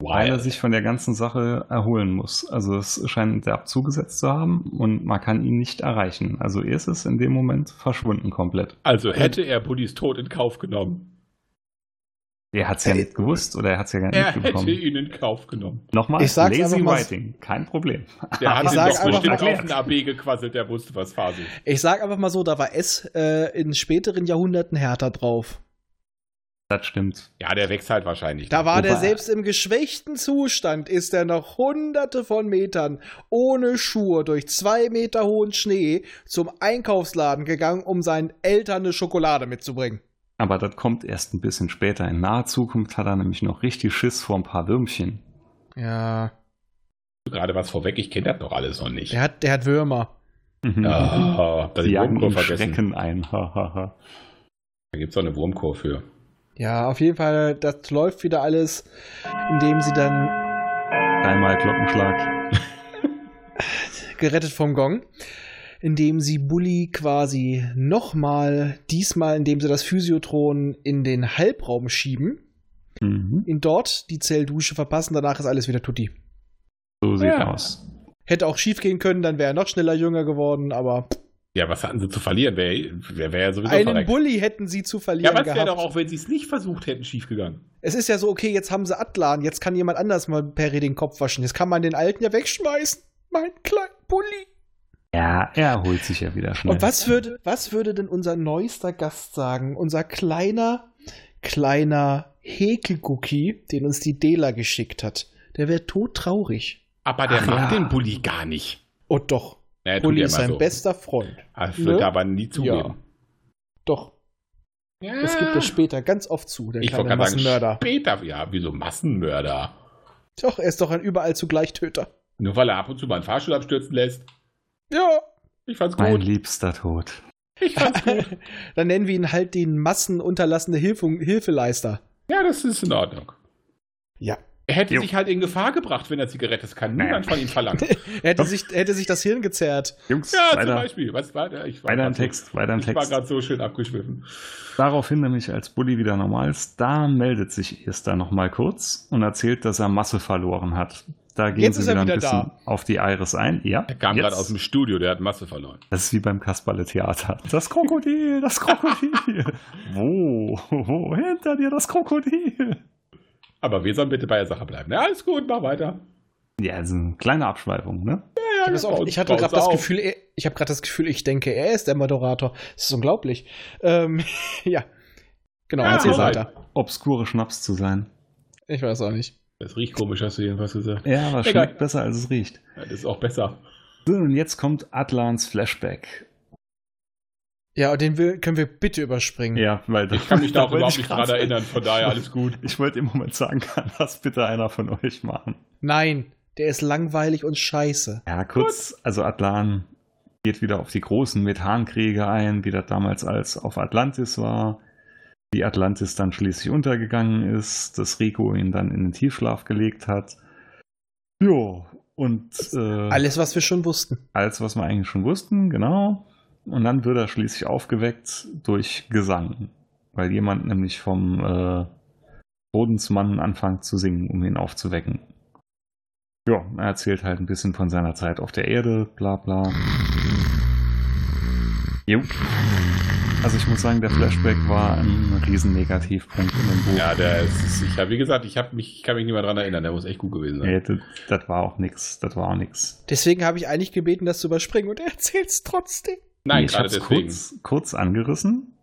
weil er Wild. sich von der ganzen Sache erholen muss. Also es scheint der zugesetzt zu haben und man kann ihn nicht erreichen. Also er ist es in dem Moment verschwunden komplett. Also hätte er Buddys Tod in Kauf genommen. Er hat es ja Ey. nicht gewusst oder er hat es Äh, ja gar Er nicht hätte mitbekommen. ihn in Kauf genommen. Nochmal, Ich sag's lazy einfach mal- writing, kein Problem. Der hat Ich ihn sag doch einfach bestimmt mal- auf den AB gequasselt, der wusste, was Phase ist. Ich sag einfach mal so, da war S äh, in späteren Jahrhunderten härter drauf. Das stimmt. Ja, der wächst halt wahrscheinlich. Da war der Wobei- selbst im geschwächten Zustand, ist er noch hunderte von Metern ohne Schuhe durch zwei Meter hohen Schnee zum Einkaufsladen gegangen, um seinen Eltern eine Schokolade mitzubringen. Aber das kommt erst ein bisschen später. In naher Zukunft hat er nämlich noch richtig Schiss vor ein paar Würmchen. Ja. gerade was vorweg, ich kenne das noch alles noch nicht. Der hat, der hat Würmer. Ah, da Die die jagen Wurmkur ihm vergessen. Schrecken ein. Ha, ha, ha. Da gibt es auch eine Wurmkur für. Ja, auf jeden Fall, das läuft wieder alles, indem sie dann Dreimal Glockenschlag. gerettet vom Gong, indem sie Bully quasi nochmal, diesmal, indem sie das Physiotron in den Halbraum schieben, Mhm. ihn dort die Zelldusche verpassen, danach ist alles wieder tutti. So sieht Ja. aus. Hätte auch schief gehen können, dann wäre er noch schneller jünger geworden, aber Ja, was hatten sie zu verlieren? Wer wer wäre ja sowieso einen verreckt. Bully hätten sie zu Ja, verlieren aber es wäre gehabt. doch auch, wenn sie es nicht versucht hätten, schiefgegangen. Es ist ja so, okay, jetzt haben sie Atlan, jetzt kann jemand anders mal Perry den Kopf waschen. Jetzt kann man den alten ja wegschmeißen. Mein kleiner Bully. Ja, er holt sich ja wieder schnell. Und was würde, was würde denn unser neuester Gast sagen? Unser kleiner, kleiner Häkelcookie, den uns die Dela geschickt hat. Der wäre todtraurig. Aber der Ach macht ja. den Bulli gar nicht. Oh doch, Naja, tut Bully er ist mal sein so. bester Freund. Das Ne? wird er aber nie zugeben. Doch, Ja. das gibt er später ganz oft zu, der Ich wollte kleine gerade Massenmörder. sagen, später. Ja, wieso Massenmörder? Doch, er ist doch ein überall zugleich Töter. Nur weil er ab und zu mal einen Fahrstuhl abstürzen lässt. Ja. Ich fand's gut. mein liebster Tod. Dann nennen wir ihn halt den massenunterlassene Hilfe, Hilfeleister. Ja, das ist in Ordnung. Ja. Er hätte Jo. sich halt in Gefahr gebracht, wenn er Zigarette ist. Kann niemand Naja. von ihm verlangen. Er hätte sich, er hätte sich das Hirn gezerrt. Jungs, Ja, zum weiter, Beispiel. Was war der? Ich war weiter im grad so- Text, weiter im Ich war Text. gerade so schön abgeschwiffen. Daraufhin nämlich, als Bully wieder normal ist, da meldet sich Esther nochmal kurz und erzählt, dass er Masse verloren hat. Da gehen Jetzt sie ist er wieder ein wieder da. bisschen auf die Iris ein. Ja, Er kam jetzt. gerade aus dem Studio, der hat Masse verloren. Das ist wie beim Kasperle-Theater. Das Krokodil, das Krokodil. wo, wo, hinter dir das Krokodil. Aber wir sollen bitte bei der Sache bleiben. Ja, alles gut, mach weiter. Ja, also eine kleine Abschweifung, ne? Ja, Ich, auch, ich hatte gerade das Gefühl, er- ich habe gerade das Gefühl, ich denke, er ist der Moderator. Das ist unglaublich. Ähm, ja. Genau, Ja, erzähl hau rein. weiter. Obskure Schnaps zu sein. Ich weiß auch nicht. Das riecht komisch, hast du jedenfalls gesagt. Ja, aber Egal. schmeckt besser, als es riecht. Ja, das ist auch besser. So, und jetzt kommt Atlans Flashback. Ja, und den will, können wir bitte überspringen. Ja, weil Ich kann mich da auch wollte überhaupt ich nicht grad dran erinnern, von daher alles gut. Ich wollte im Moment sagen, kann das bitte einer von euch machen. Nein, der ist langweilig und scheiße. Ja, kurz, also Atlan geht wieder auf die großen Methankriege ein, wie das damals als auf Atlantis war. Die Atlantis dann schließlich untergegangen ist, dass Rico ihn dann in den Tiefschlaf gelegt hat. Jo, und äh, Alles, was wir schon wussten. alles, was wir eigentlich schon wussten, genau. Und dann wird er schließlich aufgeweckt durch Gesang, weil jemand nämlich vom äh, Bodensmann anfängt zu singen, um ihn aufzuwecken. Ja, er erzählt halt ein bisschen von seiner Zeit auf der Erde, bla bla. Jo. Also ich muss sagen, der Flashback war ein riesen Negativpunkt in dem Buch. Ja, der ist, ich habe, wie gesagt, ich, hab mich, ich kann mich nicht mehr dran erinnern. Der muss echt gut gewesen sein. Nee, das, das war auch nix. Das war auch nix. Deswegen habe ich eigentlich gebeten, das zu überspringen und er erzählt's trotzdem. Nein, ich gerade hab's deswegen. kurz, kurz angerissen.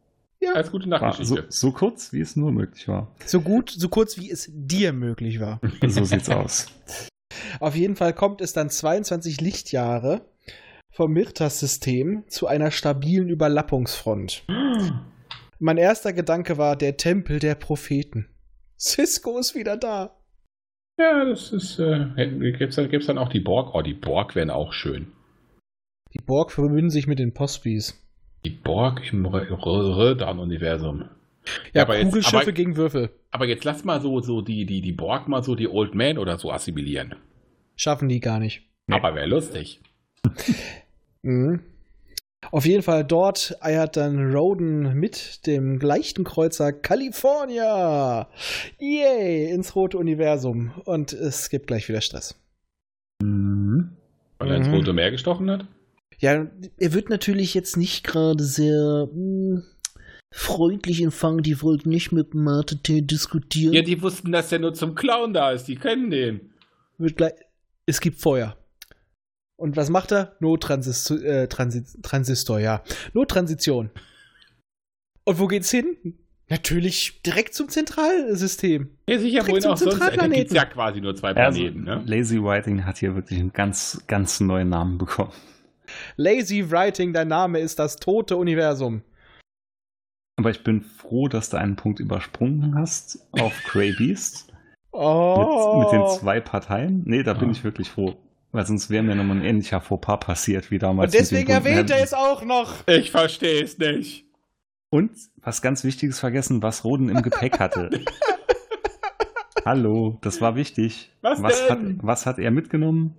Als gute War so, Nachtgeschichte. so kurz, wie es nur möglich war. So gut, so kurz wie es dir möglich war. So sieht's aus. Auf jeden Fall kommt es dann 22 Lichtjahre vom Mirtas-System zu einer stabilen Überlappungsfront. Mein erster Gedanke war der Tempel der Propheten. Cisco ist wieder da. Ja, das ist. Äh, Gibt es dann, gibt's dann auch die Borg? Oh, die Borg wären auch schön. Die Borg verbünden sich mit den Postbis. Die Borg im Rödan-Universum. Ja, aber jetzt- Kugelschiffe aber- gegen Würfel. Aber jetzt lass mal so, so die, die, die Borg mal so die Old Man oder so assimilieren. Schaffen die gar nicht. Nee. Aber wäre lustig. Mhm. Auf jeden Fall dort eiert dann Roden mit dem leichten Kreuzer California. Yay, ins rote Universum. Und es gibt gleich wieder Stress. Mhm. Weil er ins Mhm. Rote Meer gestochen hat? Ja, er wird natürlich jetzt nicht gerade sehr mh, freundlich empfangen. Die wollten nicht mit Marte T diskutieren. Ja, die wussten, dass der nur zum Clown da ist. Die kennen den. wird gleich, es gibt Feuer. Und was macht er? Nottransisto- äh, Transi- Transistor, ja. Nottransition. Und wo geht's hin? Natürlich direkt zum Zentralsystem. Ja, sicher, Direkt wohin zum auch sonst. Da Zentralplaneten. gibt's ja quasi nur zwei Also, Planeten, ne? Lazy Writing hat hier wirklich einen ganz, ganz neuen Namen bekommen. Lazy Writing, dein Name ist das tote Universum. Aber ich bin froh, dass du einen Punkt übersprungen hast auf Grey Beast Oh. mit, mit den zwei Parteien. Nee, da bin Ah. ich wirklich froh. Weil sonst wäre mir nochmal ein ähnlicher Fauxpas passiert wie damals. Und deswegen mit den bunten erwähnt er Hemden. es auch noch. Ich verstehe es nicht. Und was ganz Wichtiges vergessen, was Roden im Gepäck hatte. Hallo, das war wichtig. Was hat, denn? was hat er mitgenommen?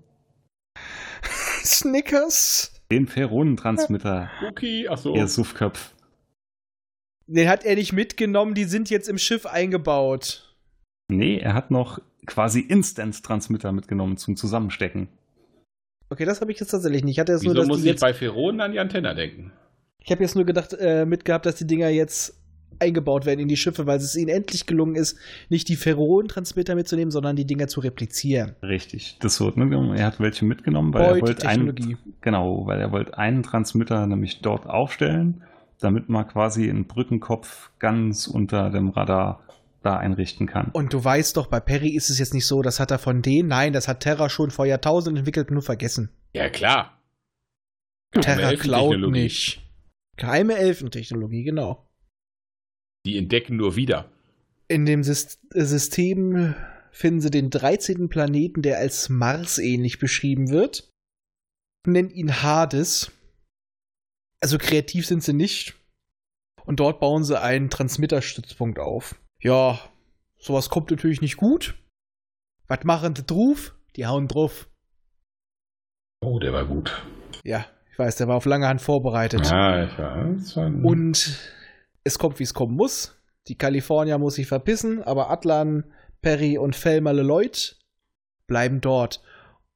Snickers. Den Feronentransmitter, Cookie, achso. Oh. ihr Suffköpf. Den hat er nicht mitgenommen, die sind jetzt im Schiff eingebaut. Nee, er hat noch quasi Instant-Transmitter mitgenommen zum Zusammenstecken. Okay, das habe ich jetzt tatsächlich nicht. Ich hatte jetzt nur, Wieso dass muss die ich jetzt bei Feronen an die Antenne denken? Ich habe jetzt nur gedacht, äh, mitgehabt, dass die Dinger jetzt eingebaut werden in die Schiffe, weil es ihnen endlich gelungen ist, nicht die Ferron-Transmitter mitzunehmen, sondern die Dinger zu replizieren. Richtig, das wird mitgenommen. Er hat welche mitgenommen, weil er wollte einen Beutechnologie. Genau, weil er wollte einen Transmitter nämlich dort aufstellen, damit man quasi einen Brückenkopf ganz unter dem Radar da einrichten kann. Und du weißt doch, bei Perry ist es jetzt nicht so, das hat er von denen. Nein, das hat Terra schon vor Jahrtausenden entwickelt, nur vergessen. Ja, klar. Terra klaut Elfentechnologie. nicht. Geheime Elfentechnologie, genau. Die entdecken nur wieder. In dem Sys äh, System finden sie den 13. Planeten, der als Mars ähnlich beschrieben wird. Nennen ihn Hades. Also kreativ sind sie nicht. Und dort bauen sie einen Transmitterstützpunkt auf. Ja, sowas kommt natürlich nicht gut. Was machen die drauf? Die hauen drauf. Oh, der war gut. Ja, ich weiß, der war auf lange Hand vorbereitet. Ja, ich weiß. Und Und es kommt, wie es kommen muss. Die California muss sich verpissen, aber Atlan, Perry und Felmer Leloid bleiben dort.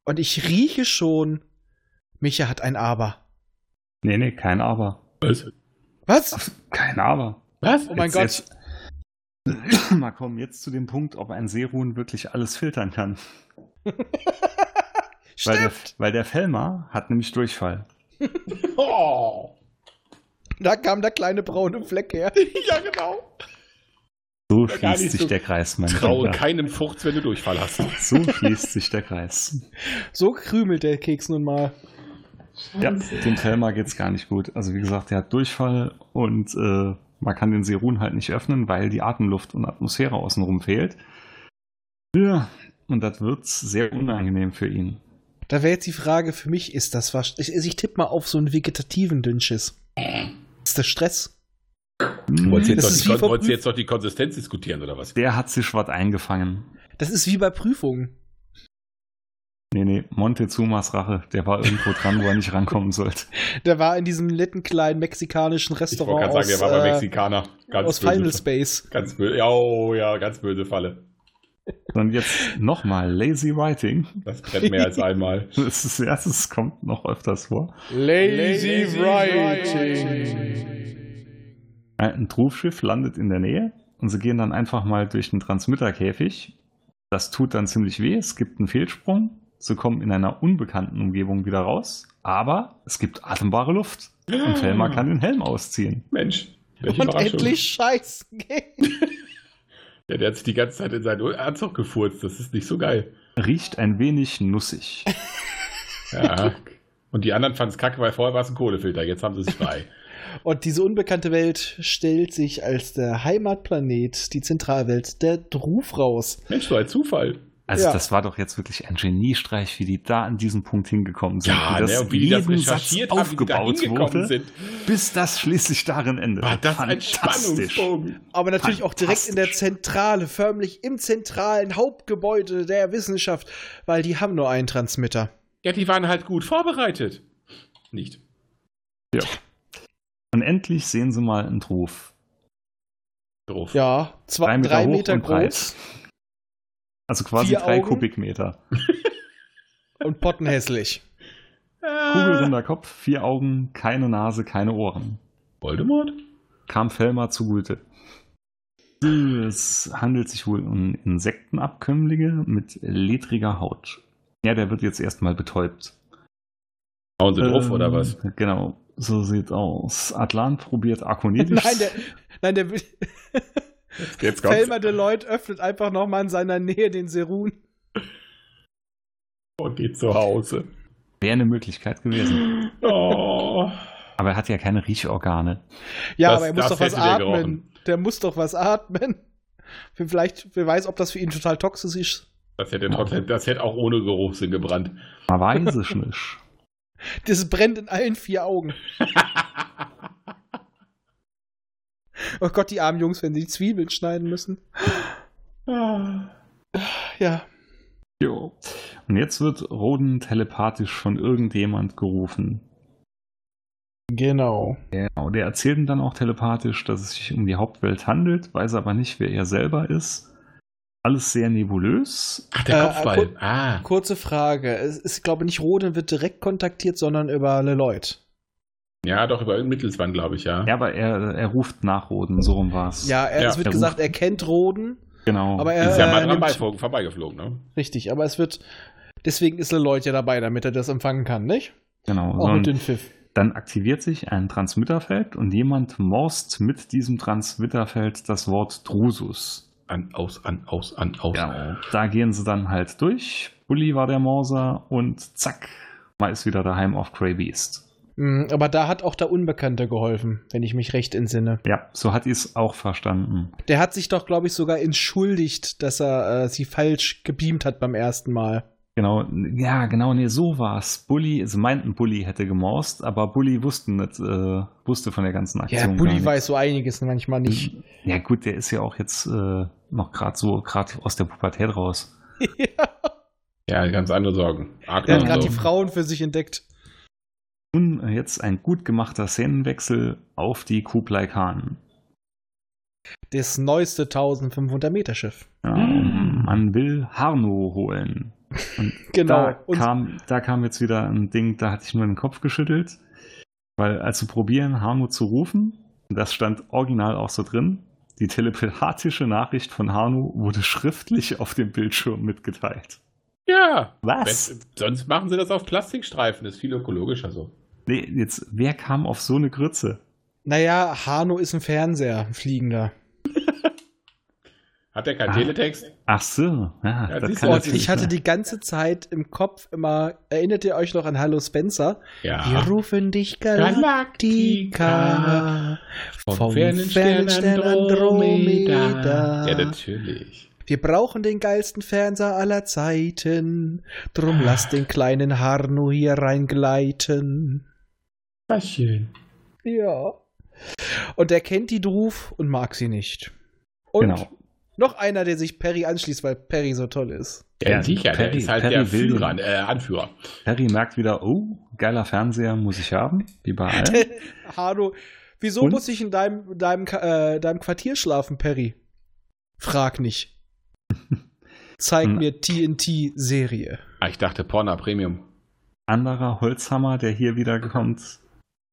Und ich rieche schon, Micha hat ein Aber. Nee, nee, kein Aber. was? Was? Ach, Kein Aber. Was? Oh mein Gott. Jetzt, mal kommen jetzt zu dem Punkt, ob ein Seruhn wirklich alles filtern kann. Weil der, Stimmt. weil der Felmer hat nämlich Durchfall. Oh. Da kam der kleine braune Fleck her. Ja, genau. So Ja, gar schließt nicht sich so. der Kreis, mein Traue Lieber. keinem Furz, wenn du Durchfall hast. So schließt sich der Kreis. So krümelt der Keks nun mal. Ja, dem Telmar geht's gar nicht gut. Also wie gesagt, der hat Durchfall und äh, man kann den Serun halt nicht öffnen, weil die Atemluft und Atmosphäre außenrum fehlt. Ja, und das wird sehr unangenehm für ihn. Da wäre jetzt die Frage für mich, ist das was? Ich, ich tippe mal auf so einen vegetativen Dünnschiss. Ist das Stress? Wolltest du jetzt, Das doch ist die, wie Kon- vom- wolltest du jetzt doch die Konsistenz diskutieren oder was? Der hat sich was eingefangen. Das ist wie bei Prüfungen. Nee, nee, Montezumas Rache, der war irgendwo dran, wo er nicht rankommen sollte. Der war in diesem netten kleinen mexikanischen Ich wollte Restaurant gerade sagen, aus, der war bei äh, Mexikaner. Ganz aus böse. Final Space. Ganz böse. Ja, oh, ja, ganz böse Falle. Und jetzt nochmal Lazy Writing. Das brennt mehr als einmal. Das ist ja, das kommt noch öfters vor. Lazy, Lazy writing. writing. Äh, Ein Trufschiff landet in der Nähe und sie gehen dann einfach mal durch den Transmitterkäfig. Das tut dann ziemlich weh, es gibt einen Fehlsprung. Sie kommen in einer unbekannten Umgebung wieder raus, aber es gibt atembare Luft. Und Velma kann den Helm ausziehen. Mensch, welche Und Überraschung. endlich scheißen gehen. Ja, der hat sich die ganze Zeit in seinen Anzug gefurzt. Das ist nicht so geil. Riecht ein wenig nussig. Ja. Und die anderen fanden es kacke, weil vorher war es ein Kohlefilter. Jetzt haben sie es frei. Und diese unbekannte Welt stellt sich als der Heimatplanet, die Zentralwelt der Druf raus. Mensch, so ein Zufall. Also Ja. das war doch jetzt wirklich ein Geniestreich, wie die da an diesem Punkt hingekommen sind. wie das, ne, und jeden Satz aufgebaut wurde, sind. bis das schließlich darin endet. War das ein Fantastisch. Spannungsbogen. Aber natürlich auch direkt in der Zentrale, förmlich im zentralen Hauptgebäude der Wissenschaft, weil die haben nur einen Transmitter. Ja, die waren halt gut vorbereitet. Nicht. Und endlich sehen sie mal einen Ruf. Doof. Ja, zwei, drei Meter, hoch und groß breit. Also quasi Vier drei Augen. Kubikmeter. und pottenhässlich. Ah. Kugelrunder Kopf, vier Augen, keine Nase, keine Ohren. Voldemort? Kam Felmer zugute. Es handelt sich wohl um Insektenabkömmlinge mit ledriger Haut. Ja, der wird jetzt erstmal betäubt. Hauen sie drauf Ähm, oder was? Genau, so sieht's aus. Atlan probiert Arkonidis. Nein, der, nein, der Ähm, Jetzt Felmer Deloitte öffnet einfach nochmal in seiner Nähe den Serun. und geht zu Hause. Wäre eine Möglichkeit gewesen. Oh. Aber er hat ja keine Riechorgane. Ja, Das- aber er muss das doch was hätte der atmen. Der muss doch was atmen. Wer- Vielleicht, wer weiß, ob das für ihn total toxisch ist. Das hätte, trotzdem, das hätte auch ohne Geruchssinn gebrannt. Man weiß es nicht. Das brennt in allen vier Augen. Oh Gott, die armen Jungs, wenn sie die Zwiebeln schneiden müssen. Ah. Ja. Jo. Und jetzt wird Roden telepathisch von irgendjemand gerufen. Genau. Genau, der erzählt ihm dann auch telepathisch, dass es sich um die Hauptwelt handelt, weiß aber nicht, wer er selber ist. Alles sehr nebulös. Ach, Äh, der Kopfball. gu- Ah. Kurze Frage. Es ist, glaube ich, nicht Roden wird direkt kontaktiert, sondern über Leloid. Ja, doch, über irgendeinen Mittelsmann, glaube ich, ja. Ja, aber er, er ruft nach Roden, so rum war's. Ja, er, Ja. es wird Er gesagt, er kennt Roden. genau. Aber er, Ist ja äh, mal dran nimmt- beiflogen, vorbeigeflogen, ne? Richtig, aber es wird. Deswegen ist Leloid ja dabei, damit er das empfangen kann, nicht? genau. Auch sondern- mit dem Pfiff. Dann aktiviert sich ein Transmitterfeld und jemand morst mit diesem Transmitterfeld das Wort Drusus. An, aus, an, aus, an, aus. Genau. Da gehen sie dann halt durch. Bully war der Morser und zack, man ist wieder daheim auf Grey Beast. Mm, Aber da hat auch der Unbekannte geholfen, wenn ich mich recht entsinne. Ja, so hat ich's es auch verstanden. Der hat sich doch, glaube ich, sogar entschuldigt, dass er äh, sie falsch gebeamt hat beim ersten Mal. Genau, ja, genau, nee, so war's. Bully, sie meinten, Bully hätte gemorst, aber Bully wusste nicht, äh, wusste von der ganzen Ja, Aktion. Bulli gar weiß so einiges manchmal nicht. nicht. Ja, gut, der ist ja auch jetzt äh, noch gerade so, gerade aus der Pubertät raus. ja, Ja, ganz andere Sorgen. Arg der hat Ja, gerade andere die Sorgen. Frauen für sich entdeckt. Nun äh, jetzt ein gut gemachter Szenenwechsel auf die Kublai Khan. Das neueste 1500 Meter Schiff. Ja, Mm. Man will Harno holen. Und Genau. da, Und- kam, da kam jetzt wieder ein Ding, da hatte ich nur den Kopf geschüttelt. Weil als sie probieren, Harno zu rufen, das stand original auch so drin, die telepathische Nachricht von Harno wurde schriftlich auf dem Bildschirm mitgeteilt. Ja. Was? Wenn, sonst machen sie das auf Plastikstreifen. Das ist viel ökologischer so. Nee, jetzt, wer kam auf so eine Grütze? Naja, Hano ist ein Fernseher, ein fliegender. Hat der keinen Ah. Teletext? Ach so, ja, Ja, das siehst kann du, Und natürlich ich hatte sein. die ganze Zeit im Kopf immer, erinnert ihr euch noch an Hallo Spencer? Wir Ja. rufen dich Galactica. Vom fernen Stern Andromeda. Ja, natürlich. Wir brauchen den geilsten Fernseher aller Zeiten. Drum lass den kleinen Harno hier reingleiten. War schön. Ja. Und er kennt die Druf und mag sie nicht. Und Genau. noch einer, der sich Perry anschließt, weil Perry so toll ist. Ja, Ja, sicher. Der Perry- ist halt Perry der will den- Führer, äh, Anführer. Harry merkt wieder, oh, geiler Fernseher muss ich haben, wie bei allen. Harno, wieso Und? muss ich in deinem, deinem, Ka- äh, deinem Quartier schlafen, Perry? Frag nicht. Zeig Hm. mir TNT-Serie. Ah, ich dachte Porna Premium. Anderer Holzhammer, der hier wieder kommt.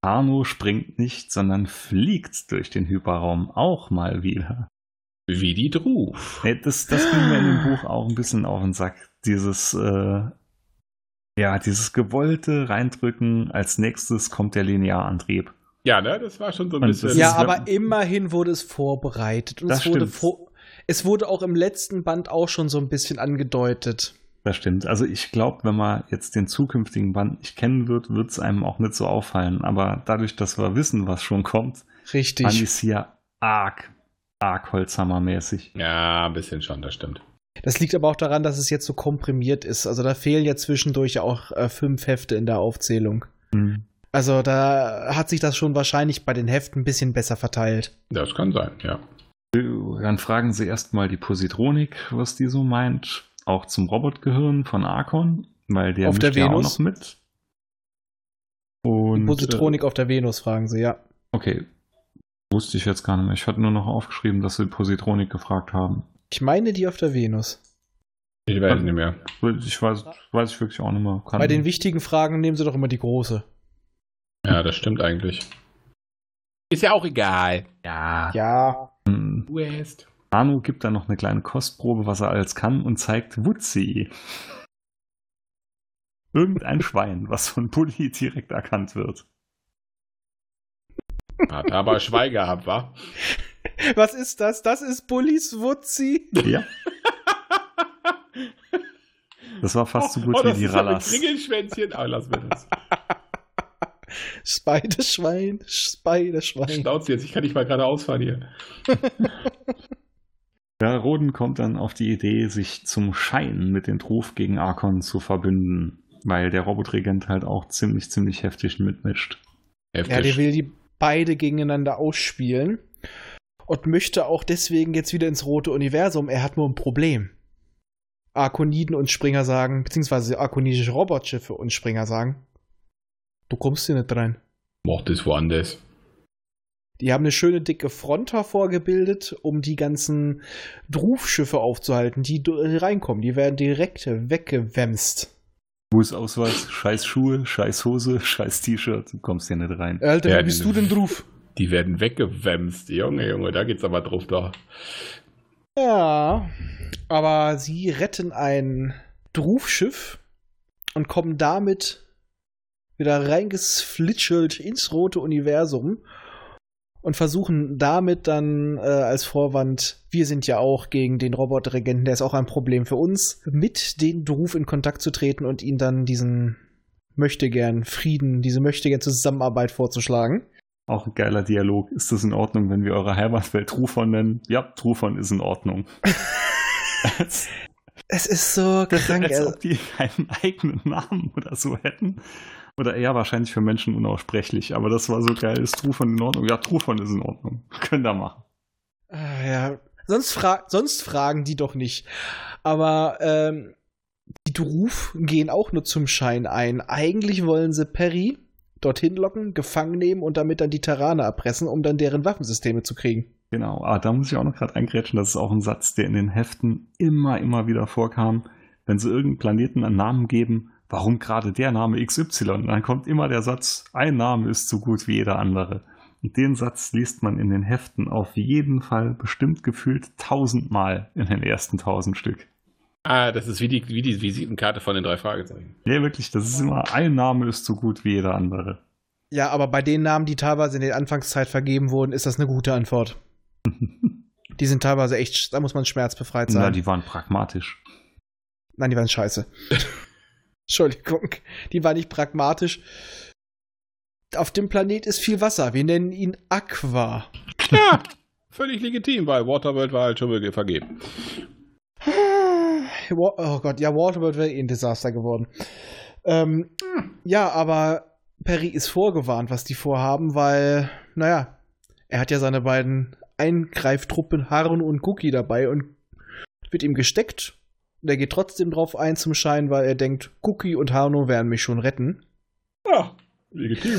Arno springt nicht, sondern fliegt durch den Hyperraum auch mal wieder. Wie die Druf. Nee, das, das ging mir in dem Buch auch ein bisschen auf den Sack. Dieses, äh, ja, dieses gewollte Reindrücken, als nächstes kommt der Linearantrieb. Ja, ne, das war schon so ein Und bisschen. das Ja, ist- aber immerhin wurde es vorbereitet. Und Das es wurde, stimmt. vor, es wurde auch im letzten Band auch schon so ein bisschen angedeutet. Das stimmt. Also ich glaube, wenn man jetzt den zukünftigen Band nicht kennen wird, wird es einem auch nicht so auffallen. Aber dadurch, dass wir wissen, was schon kommt, Richtig. fand ich es hier arg, arg Holzhammer-mäßig. ja, ein bisschen schon, das stimmt. Das liegt aber auch daran, dass es jetzt so komprimiert ist. Also da fehlen ja zwischendurch auch äh, fünf Hefte in der Aufzählung. Hm. Also da hat sich das schon wahrscheinlich bei den Heften ein bisschen besser verteilt. Das kann sein, ja. Dann fragen sie erstmal die Positronik, was die so meint. Auch zum Robotgehirn von Archon, weil der Auf der mischt ja auch Venus? noch mit. Und, Positronik auf der Venus, fragen sie, ja. Äh, okay. Wusste ich jetzt gar nicht mehr. Ich hatte nur noch aufgeschrieben, dass sie Positronik gefragt haben. Ich meine die auf der Venus. Ich weiß nicht mehr. Ich weiß, weiß ich wirklich auch nicht mehr. Kann Bei den wichtigen Fragen nehmen sie doch immer die große. Ja, das stimmt eigentlich. Ist ja auch egal. Ja. Ja. West. Arno Hm. gibt dann noch eine kleine Kostprobe, was er alles kann und zeigt Wutzi. Irgendein Schwein, was von Bulli direkt erkannt wird. Hat aber Schweig gehabt, wa? Was ist das? Das ist Bullis Wutzi. Ja. Das war fast so gut wie Oh, das die ist ja Rallas. Mit Kringelschwänzchen. Ah, lass mir das. Spiderschwein, Spiderschwein. Schnauze jetzt, ich kann nicht mal gerade ausfahren hier. Ja, Roden kommt dann auf die Idee, sich zum Schein mit den Druf gegen Arkon zu verbünden, weil der Robotregent halt auch ziemlich, ziemlich heftig mitmischt. Ja, der Heftig. will die beide gegeneinander ausspielen und möchte auch deswegen jetzt wieder ins rote Universum. Er hat nur ein Problem. Arkoniden und Springer sagen, beziehungsweise arkonidische Robotschiffe und Springer sagen, du kommst hier nicht rein. Mocht es woanders. Die haben eine schöne dicke Front hervorgebildet, um die ganzen Drufschiffe aufzuhalten, die du- reinkommen. Die werden direkt weggewämst. Fußausweis, scheiß Schuhe, scheiß Hose, scheiß T-Shirt, du kommst hier nicht rein. Alter, Ja, wie bist die- du denn Druf? Die werden weggewämst. Junge, Junge, da geht's aber drauf doch. Ja, aber sie retten ein Drufschiff und kommen damit wieder reingesflitschelt ins rote Universum und versuchen damit dann äh, als Vorwand, wir sind ja auch gegen den Robotregenten, der ist auch ein Problem für uns, mit den Druf in Kontakt zu treten und ihnen dann diesen möchte gern Frieden, diese möchte gern Zusammenarbeit vorzuschlagen. Auch ein geiler Dialog. Ist das in Ordnung, wenn wir eure Heimatwelt Trufon nennen? Ja, Trufon ist in Ordnung. als Es ist so krank. als also- ob die keinen eigenen Namen oder so hätten. Oder eher wahrscheinlich für Menschen unaussprechlich. Aber das war so geil. Ist Trufon in Ordnung? Ja, Trufon ist in Ordnung. Können da machen. Ah, ja. Sonst, fra sonst fragen die doch nicht. Aber ähm, die Druf gehen auch nur zum Schein ein. Eigentlich wollen sie Perry dorthin locken, gefangen nehmen und damit dann die Terraner erpressen, um dann deren Waffensysteme zu kriegen. Genau. Ah, da muss ich auch noch gerade eingrätschen. Das ist auch ein Satz, der in den Heften immer, immer wieder vorkam. Wenn sie irgendeinen Planeten einen Namen geben, warum gerade der Name XY? Dann kommt immer der Satz, ein Name ist so gut wie jeder andere. Und den Satz liest man in den Heften auf jeden Fall bestimmt gefühlt tausendmal in den ersten tausend Stück. Ah, das ist wie die, wie die Visitenkarte von den drei Fragezeichen. Ja, wirklich, das ist immer, ein Name ist so gut wie jeder andere. Ja, aber bei den Namen, die teilweise in der Anfangszeit vergeben wurden, ist das eine gute Antwort. die sind teilweise echt, sch- da muss man schmerzbefreit sein. Na, die waren pragmatisch. Nein, die waren scheiße. Entschuldigung, die war nicht pragmatisch. Auf dem Planet ist viel Wasser. Wir nennen ihn Aqua. Ja, völlig legitim, weil Waterworld war halt schon mal vergeben. Wa- Oh Gott, ja, Waterworld wäre eh ein Desaster geworden. Ähm, ja, aber Perry ist vorgewarnt, was die vorhaben, weil, naja, er hat ja seine beiden Eingreiftruppen Harun und Cookie dabei und wird ihm gesteckt. Und er geht trotzdem drauf ein zum Schein, weil er denkt, Cookie und Harno werden mich schon retten. Ja, legitim.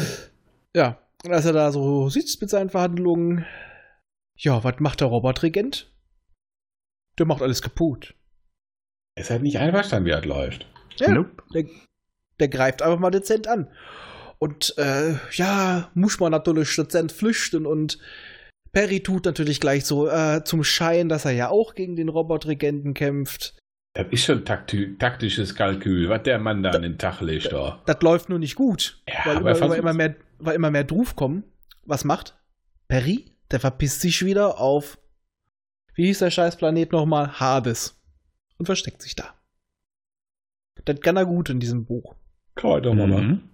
Ja, und als er da so sitzt mit seinen Verhandlungen, ja, was macht der Robotregent? Der macht alles kaputt. Ist halt nicht einverstanden, wie das läuft. Ja. Nope. Der greift einfach mal dezent an. Und äh, ja, muss man natürlich dezent flüchten und Perry tut natürlich gleich so äh, zum Schein, dass er ja auch gegen den Robotregenten kämpft. Das ist schon takti taktisches Kalkül, was der Mann da an den Tag legt. Da. Das läuft nur nicht gut, Ja, aber er weil, immer, weil, versucht's. immer mehr, weil immer mehr Druf kommen. Was macht Perry? Der verpisst sich wieder auf, wie hieß der Scheißplanet nochmal? Hades. Und versteckt sich da. Das kann er gut in diesem Buch. Kann man doch mal ne? machen.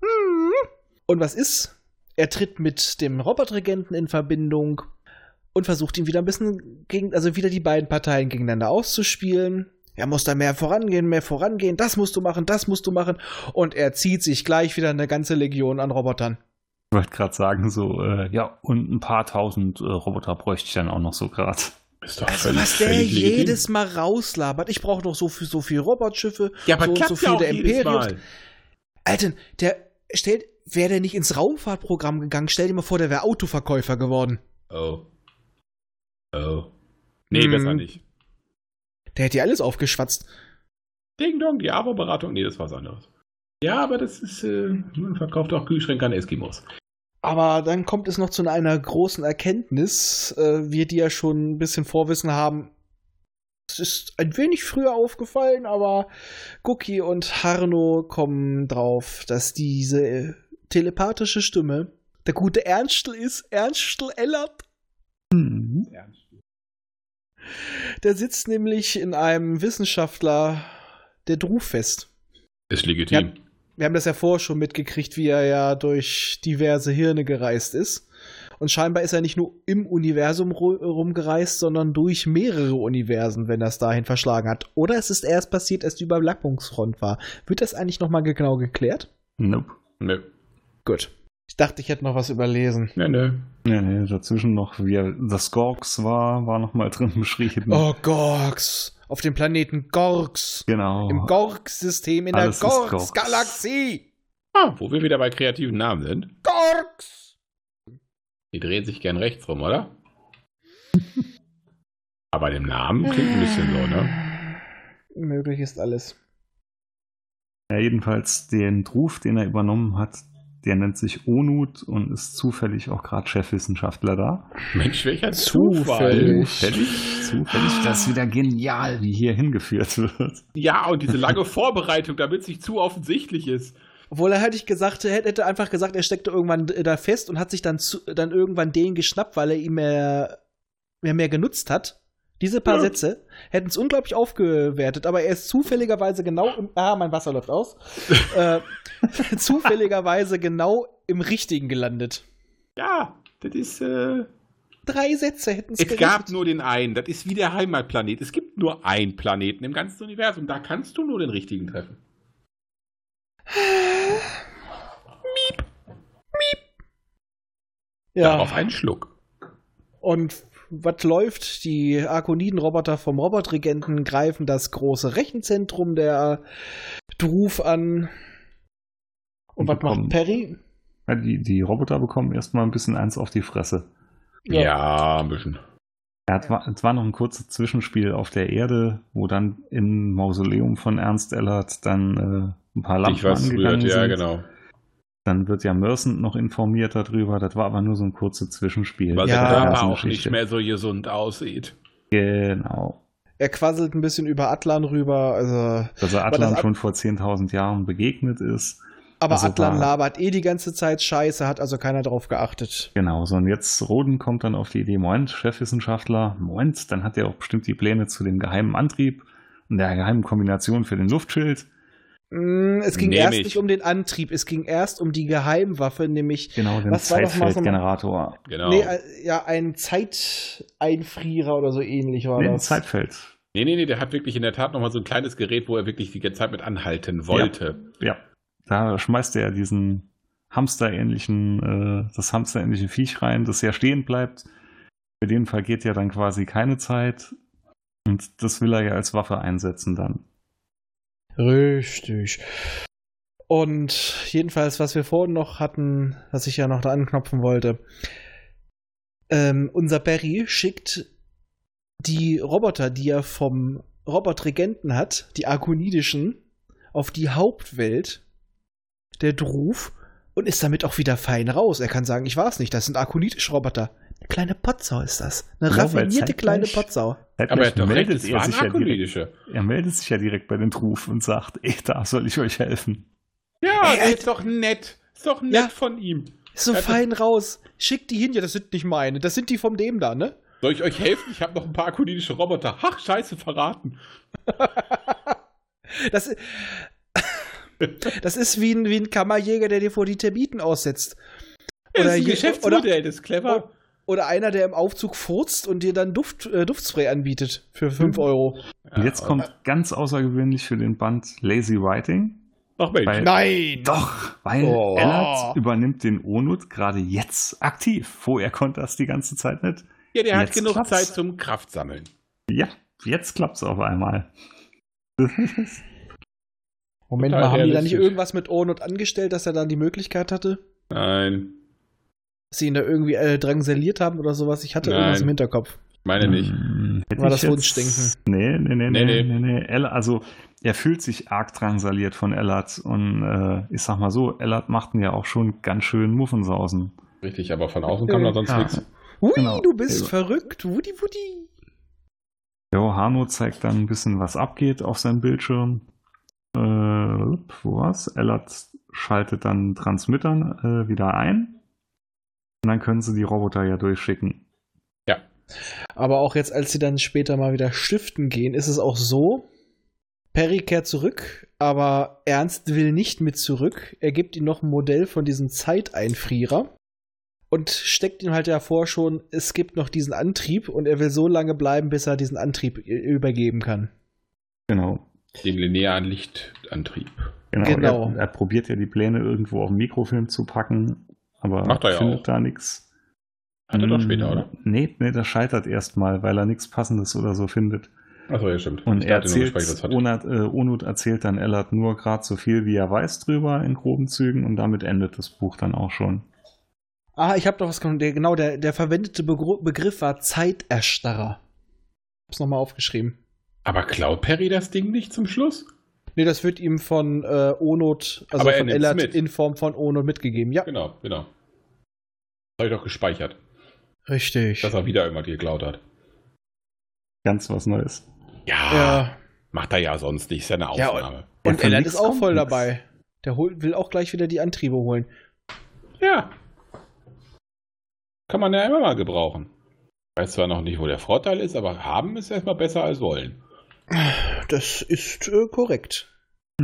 Mhm. Und was ist? Er tritt mit dem Robotregenten in Verbindung und versucht ihn wieder ein bisschen gegen, also wieder die beiden Parteien gegeneinander auszuspielen. Er muss da mehr vorangehen, mehr vorangehen, das musst du machen, das musst du machen. Und er zieht sich gleich wieder eine ganze Legion an Robotern. Ich wollte gerade sagen, so, äh, ja, und ein paar tausend äh, Roboter bräuchte ich dann auch noch so gerade. Ist doch Also völlig- was der völlig legitim. jedes Mal rauslabert. Ich brauche noch so viel, so viel Robotschiffe, Ja, aber so und klappt so ja viel auch der jedes Imperiums. Mal. Alter, der stellt, wäre der nicht ins Raumfahrtprogramm gegangen, stell dir mal vor, der wäre Autoverkäufer geworden. Oh. Oh. Nee, Hm. besser nicht. Der hätte ja alles aufgeschwatzt. Ding Dong, die Abo-Beratung. Nee, das war was anderes. Ja, aber das ist, äh, man verkauft auch Kühlschränke an Eskimos. Aber dann kommt es noch zu einer großen Erkenntnis, äh, wir die ja schon ein bisschen Vorwissen haben. Es ist ein wenig früher aufgefallen, aber Guki und Harno kommen drauf, dass diese äh, telepathische Stimme der gute Ernstl ist, Ernstl Ellert. Mhm. Der sitzt nämlich in einem Wissenschaftler der Druf fest. Ist legitim. Wir haben das ja vorher schon mitgekriegt, wie er ja durch diverse Hirne gereist ist. Und scheinbar ist er nicht nur im Universum ru- rumgereist, sondern durch mehrere Universen, wenn er es dahin verschlagen hat. Oder es ist erst passiert, als die Überlappungsfront war. Wird das eigentlich nochmal genau geklärt? Nope. Nö. Gut. Ich dachte, ich hätte noch was überlesen. Nö, nö. Nee, nee, dazwischen noch, wie er das Gorks war, war nochmal drin beschrieben. Oh, Gorks. Auf dem Planeten Gorks. Genau. Im Gorks-System, in Alles ist der Gorks. Gorks-Galaxie. Ah, wo wir wieder bei kreativen Namen sind. Gorks. Die drehen sich gern rechts rum, oder? aber dem Namen klingt ein bisschen so, ne? Möglich ist alles. Ja, jedenfalls den Ruf, den er übernommen hat, der nennt sich Onut und ist zufällig auch gerade Chefwissenschaftler da. Mensch, welcher Zufall. Zufällig. Zufällig. Zufällig, Ah. das ist wieder genial, wie hier hingeführt wird. Ja, und diese lange Vorbereitung, damit es nicht zu offensichtlich ist. Obwohl er hätte ich gesagt, er hätte einfach gesagt, er steckte irgendwann da fest und hat sich dann, zu, dann irgendwann den geschnappt, weil er ihm mehr, mehr, mehr genutzt hat. Diese paar Ja. Sätze hätten es unglaublich aufgewertet, aber er ist zufälligerweise genau im. Ah, mein Wasser läuft aus. äh, zufälligerweise genau im richtigen gelandet. Ja, das ist. Äh, Drei Sätze hätten es gab nur den einen. Das ist wie der Heimatplanet. Es gibt nur einen Planeten im ganzen Universum. Da kannst du nur den richtigen treffen. ja. Auf einen Schluck. Und was läuft? Die Arkonidenroboter vom Robotregenten greifen das große Rechenzentrum der Druf an. Und Und, was macht bekommen- Perry? Ja, die, die Roboter bekommen erstmal ein bisschen eins auf die Fresse. Ja, ein bisschen. Ja, es, war, es war noch ein kurzes Zwischenspiel auf der Erde, wo dann im Mausoleum von Ernst Ellert dann äh, ein paar Ich Lampen was angegangen rührt, ja, sind. genau. Dann wird ja Mercent noch informiert darüber. Das war aber nur so ein kurzes Zwischenspiel. Weil der Ja. Da Körper ist eine auch nicht Geschichte. mehr so gesund aussieht. Genau. Er quasselt ein bisschen über Atlan rüber. Also, Dass er Aber das Atlan At- schon vor 10.000 Jahren begegnet ist. aber Also Atlan war- labert eh die ganze Zeit Scheiße, hat also keiner drauf geachtet. Genau, so und jetzt Roden kommt dann auf die Idee, Moment, Chefwissenschaftler, Moment, dann hat er auch bestimmt die Pläne zu dem geheimen Antrieb und der geheimen Kombination für den Luftschild. Mm, Es ging Nehm erst ich. nicht um den Antrieb, es ging erst um die Geheimwaffe, nämlich Genau, den Was war das mal so- Zeitfeldgenerator. Genau. nee, Nee, äh, ja, ein Zeiteinfrierer oder so ähnlich war Nee, ein das. Zeitfeld. nee, nee, der hat wirklich in der Tat nochmal so ein kleines Gerät, wo er wirklich die ganze Zeit mit anhalten wollte. Ja, da schmeißt er diesen hamsterähnlichen, äh, das hamsterähnliche Viech rein, das ja stehen bleibt. Für den vergeht ja dann quasi keine Zeit und das will er ja als Waffe einsetzen dann. Richtig. Und jedenfalls, was wir vorhin noch hatten, was ich ja noch da anknopfen wollte. Ähm, unser Barry schickt die Roboter, die er vom Robotregenten hat, die Arkonidischen, auf die Hauptwelt der Druf, und ist damit auch wieder fein raus. Er kann sagen, ich war es nicht, das sind akronitische Roboter. Eine kleine Potsau ist das. Eine Ja, weil raffinierte zeitgleich- kleine Potsau. Aber er hat Zeitgleich doch recht, meldet es er, waren sich ja direkt, akronytische. er meldet sich ja direkt bei den Truf und sagt, ey, da soll ich euch helfen. Ja, Ey, das Alter. ist doch nett. Ist doch nett Ja. von ihm. Ist so Ja, das- fein raus. Schick die hin, ja, das sind nicht meine. Das sind die vom dem da, ne? Soll ich euch helfen? Ich habe noch ein paar akronytische Roboter. Ach, scheiße, verraten. Das, i- das ist wie ein, wie ein Kammerjäger, der dir vor die Termiten aussetzt. Ja, Oder das ist ein je- Geschäftsmodell, das ist clever. Oh. Oder einer, der im Aufzug furzt und dir dann Duft, äh, Duftspray anbietet für Hm. 5 Euro. Und jetzt kommt ganz außergewöhnlich für den Band Lazy Writing. Ach Mensch. Weil- Nein! Doch, weil Oh. Ellert übernimmt den Onut gerade jetzt aktiv. Vorher konnte das die ganze Zeit nicht. Ja, der hat Jetzt genug klappt's. Zeit zum Kraftsammeln. Ja, jetzt klappt's auf einmal. Moment Total mal, haben die da nicht realistisch. irgendwas mit Ohren und angestellt, dass er dann die Möglichkeit hatte? Nein, Dass sie ihn da irgendwie äh, drangsaliert haben oder sowas? Ich hatte Nein. irgendwas im Hinterkopf. meine nicht. Hm, hätte War ich das Wunschdenken? Nee, nee, nee, nee, nee, Nee, nee. nee. Ell- also er fühlt sich arg drangsaliert von Ellert und äh, ich sag mal so, Ellert macht ihn ja auch schon ganz schön Muffensausen. Richtig, aber von außen kam da sonst Ja. Ah. nichts. Ui, Genau. du bist Also- verrückt. Wudi, wudi. Jo, Hanno zeigt dann ein bisschen, was abgeht auf seinem Bildschirm. Äh, wo war's? Ellert schaltet dann Transmittern äh, wieder ein. Und dann können sie die Roboter ja durchschicken. Aber auch jetzt, als sie dann später mal wieder stiften gehen, ist es auch so, Perry kehrt zurück, aber Ernst will nicht mit zurück. Er gibt ihm noch ein Modell von diesem Zeiteinfrierer und steckt ihm halt davor schon, es gibt noch diesen Antrieb und er will so lange bleiben, bis er diesen Antrieb i- übergeben kann. Genau. Den linearen Lichtantrieb. Genau. Genau. Er, er probiert ja die Pläne irgendwo auf den Mikrofilm zu packen, aber Macht er ja findet auch. da nichts. Hat er doch Hm, später, oder? Nee, nee, das scheitert erstmal, weil er nichts Passendes oder so findet. Achso, ja, stimmt. Und Ich er dachte nur, erzählt, gespeichert, das hat. Onat, äh, Onut erzählt dann Ellert nur gerade so viel, wie er weiß drüber in groben Zügen und damit endet das Buch dann auch schon. Ah, ich habe doch was genommen. Der, genau, der, der verwendete Begr Begriff war Zeiterstarrer. Hab's nochmal aufgeschrieben. Aber klaut Perry das Ding nicht zum Schluss? Nee, das wird ihm von äh, Onot, also Aber er von nimmt's Ellert mit. in Form von Onot mitgegeben. Ja, Genau, genau. Habe ich doch gespeichert, richtig. dass er wieder irgendwas geklaut hat. Ganz was Neues. Ja, ja. macht er ja sonst nicht, ist ja eine Ja, Ausnahme. Und Ja, von Ellert nix ist auch kommt voll nix. dabei. Der hol, will auch gleich wieder die Antriebe holen. Ja. Kann man ja immer mal gebrauchen. Weiß zwar noch nicht, wo der Vorteil ist, aber haben ist erstmal besser als wollen. Das ist äh, korrekt.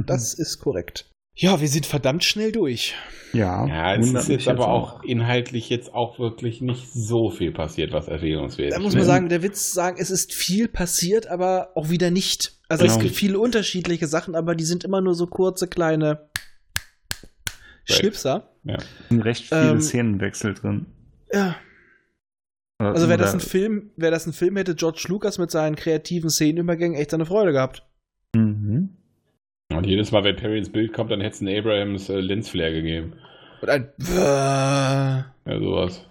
Das ist korrekt. Mhm. Ja, wir sind verdammt schnell durch. Ja, Ja, es wundert ist mich jetzt aber auch inhaltlich jetzt auch wirklich nicht so viel passiert, was erwähnungswert Da ist. Mhm. muss man schnell. sagen, der Witz sagen, es ist viel passiert, aber auch wieder nicht. Also es Genau. gibt viele unterschiedliche Sachen, aber die sind immer nur so kurze kleine Schnipser. sind recht viele Ähm, Szenenwechsel drin. Äh, Ja. Oder- Also wäre oder- das ein Film, wäre das ein Film, hätte George Lucas mit seinen kreativen Szenenübergängen echt seine Freude gehabt. Mhm. Und jedes Mal, wenn Perry ins Bild kommt, dann hätte es einen Abrahams äh, Lensflare gegeben. Und ein Äh, Ja, sowas.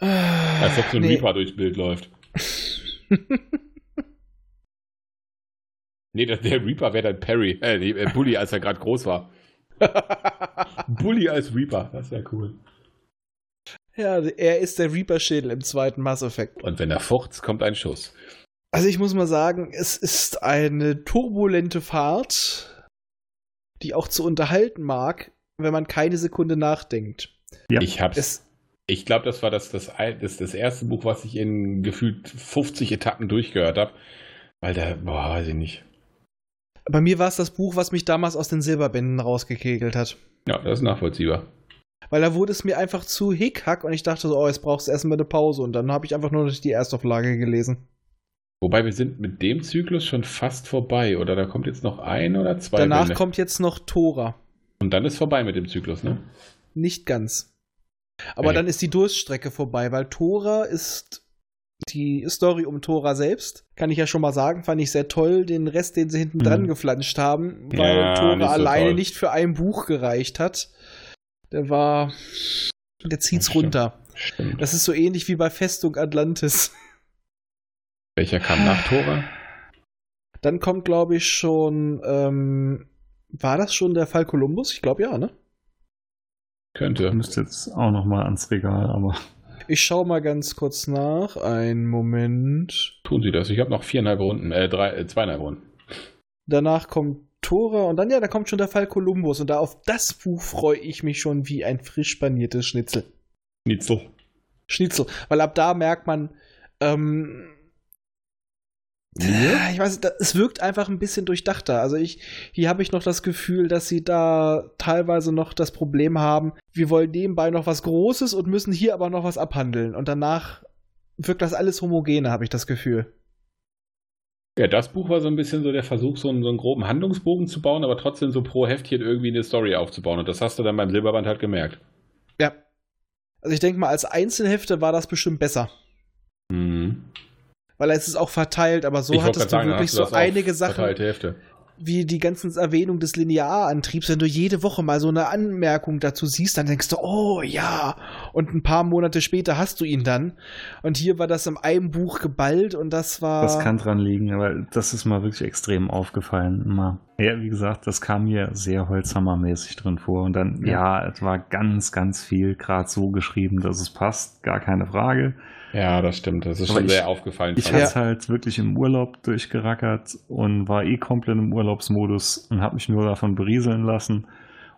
Als ob so äh, ein nee. Reaper durchs Bild läuft. nee, das, der Reaper wäre dann Perry. Äh, nee, äh, Bully, als er gerade groß war. Bully als Reaper, das wäre cool. Ja, er ist der Reaper-Schädel im zweiten Mass Effect. Und wenn er furzt, kommt ein Schuss. Also ich muss mal sagen, es ist eine turbulente Fahrt, die auch zu unterhalten mag, wenn man keine Sekunde nachdenkt. Ja. Ich hab's. Es, ich glaube, das war das, das, ein- das, das erste Buch, was ich in gefühlt 50 Etappen durchgehört habe. Weil da, boah, weiß ich nicht. bei mir war es das Buch, was mich damals aus den Silberbänden rausgekegelt hat. Ja, das ist nachvollziehbar. Weil da wurde es mir einfach zu hickhack und ich dachte so, oh, jetzt brauchst du erstmal eine Pause. Und dann habe ich einfach nur noch die Erstauflage gelesen. Wobei wir sind mit dem Zyklus schon fast vorbei, oder? Da kommt jetzt noch ein oder zwei. Danach Bände. kommt jetzt noch Tora. Und dann ist vorbei mit dem Zyklus, ne? Nicht ganz. Aber Okay. dann ist die Durststrecke vorbei, weil Tora ist die Story um Tora selbst, kann ich ja schon mal sagen, fand ich sehr toll, den Rest, den sie hinten dran Mhm. geflanscht haben, weil Ja, Tora nicht so alleine toll. nicht für ein Buch gereicht hat. Der war. Der zieht's Das stimmt. runter. Stimmt. Das ist so ähnlich wie bei Festung Atlantis. Welcher kam nach Tora? Dann kommt, glaube ich, schon ähm, War das schon der Fall Kolumbus? Ich glaube ja, ne? Ich Könnte. müsste jetzt auch nochmal ans Regal, aber Ich schaue mal ganz kurz nach. Einen Moment. Tun Sie das. Ich habe noch viereinhalb Runden, äh, drei, äh, zweieinhalb Runden. Danach kommt Tora und dann, ja, da kommt schon der Fall Kolumbus. Und da auf das Buch freue ich mich schon wie ein frisch paniertes Schnitzel. Schnitzel. Schnitzel. Weil ab da merkt man, ähm, Ah, Mir? ich weiß, nicht, da- es wirkt einfach ein bisschen durchdachter. Also ich, hier habe ich noch das Gefühl, dass sie da teilweise noch das Problem haben, wir wollen nebenbei noch was Großes und müssen hier aber noch was abhandeln. Und danach wirkt das alles homogene, habe ich das Gefühl. Ja, das Buch war so ein bisschen so der Versuch, so einen, so einen groben Handlungsbogen zu bauen, aber trotzdem so pro Heftchen irgendwie eine Story aufzubauen. Und das hast du dann beim Silberband halt gemerkt. Ja. Also ich denke mal, als Einzelhefte war das bestimmt besser. Mhm. Weil es ist auch verteilt, aber so ich wollte gerade hattest du sagen, da wirklich hast du so das auf einige Sachen. Verteilte Hefte. wie die ganzen Erwähnung des Linearantriebs, wenn du jede Woche mal so eine Anmerkung dazu siehst, dann denkst du, oh ja, und ein paar Monate später hast du ihn dann. Und hier war das in einem Buch geballt und das war. das kann dran liegen, aber das ist mal wirklich extrem aufgefallen. Immer. Ja, wie gesagt, das kam mir sehr holzhammermäßig drin vor. Und dann, ja, es war ganz, ganz viel gerade so geschrieben, dass es passt, gar keine Frage. Ja, das stimmt. Das ist Aber schon ich- sehr aufgefallen. Ich fand habe ich. es halt wirklich im Urlaub durchgerackert und war eh komplett im Urlaubsmodus und habe mich nur davon berieseln lassen.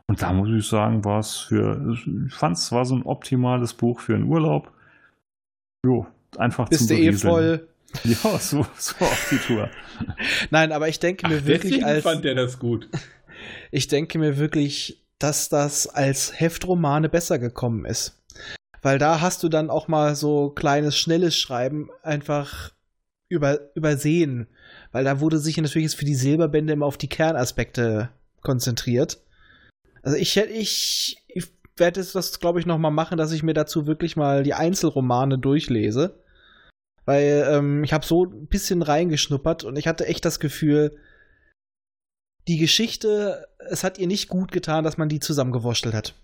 Und da muss ich sagen, war es für, ich fand es war so ein optimales Buch für einen Urlaub. Jo, einfach bist du zum eh Berieseln. voll. Ja, so, so auf die Tour. Nein, aber ich denke mir Ach, wirklich deswegen als. fand der das gut. Ich denke mir wirklich, dass das als Heftromane besser gekommen ist. Weil da hast du dann auch mal so kleines, schnelles Schreiben einfach über, übersehen. Weil da wurde sich natürlich jetzt für die Silberbände immer auf die Kernaspekte konzentriert. Also ich hätte, ich, ich werde jetzt das, glaube ich, nochmal machen, dass ich mir dazu wirklich mal die Einzelromane durchlese. Weil ähm, ich habe so ein bisschen reingeschnuppert und ich hatte echt das Gefühl, die Geschichte, es hat ihr nicht gut getan, dass man die zusammengewurschtelt hat.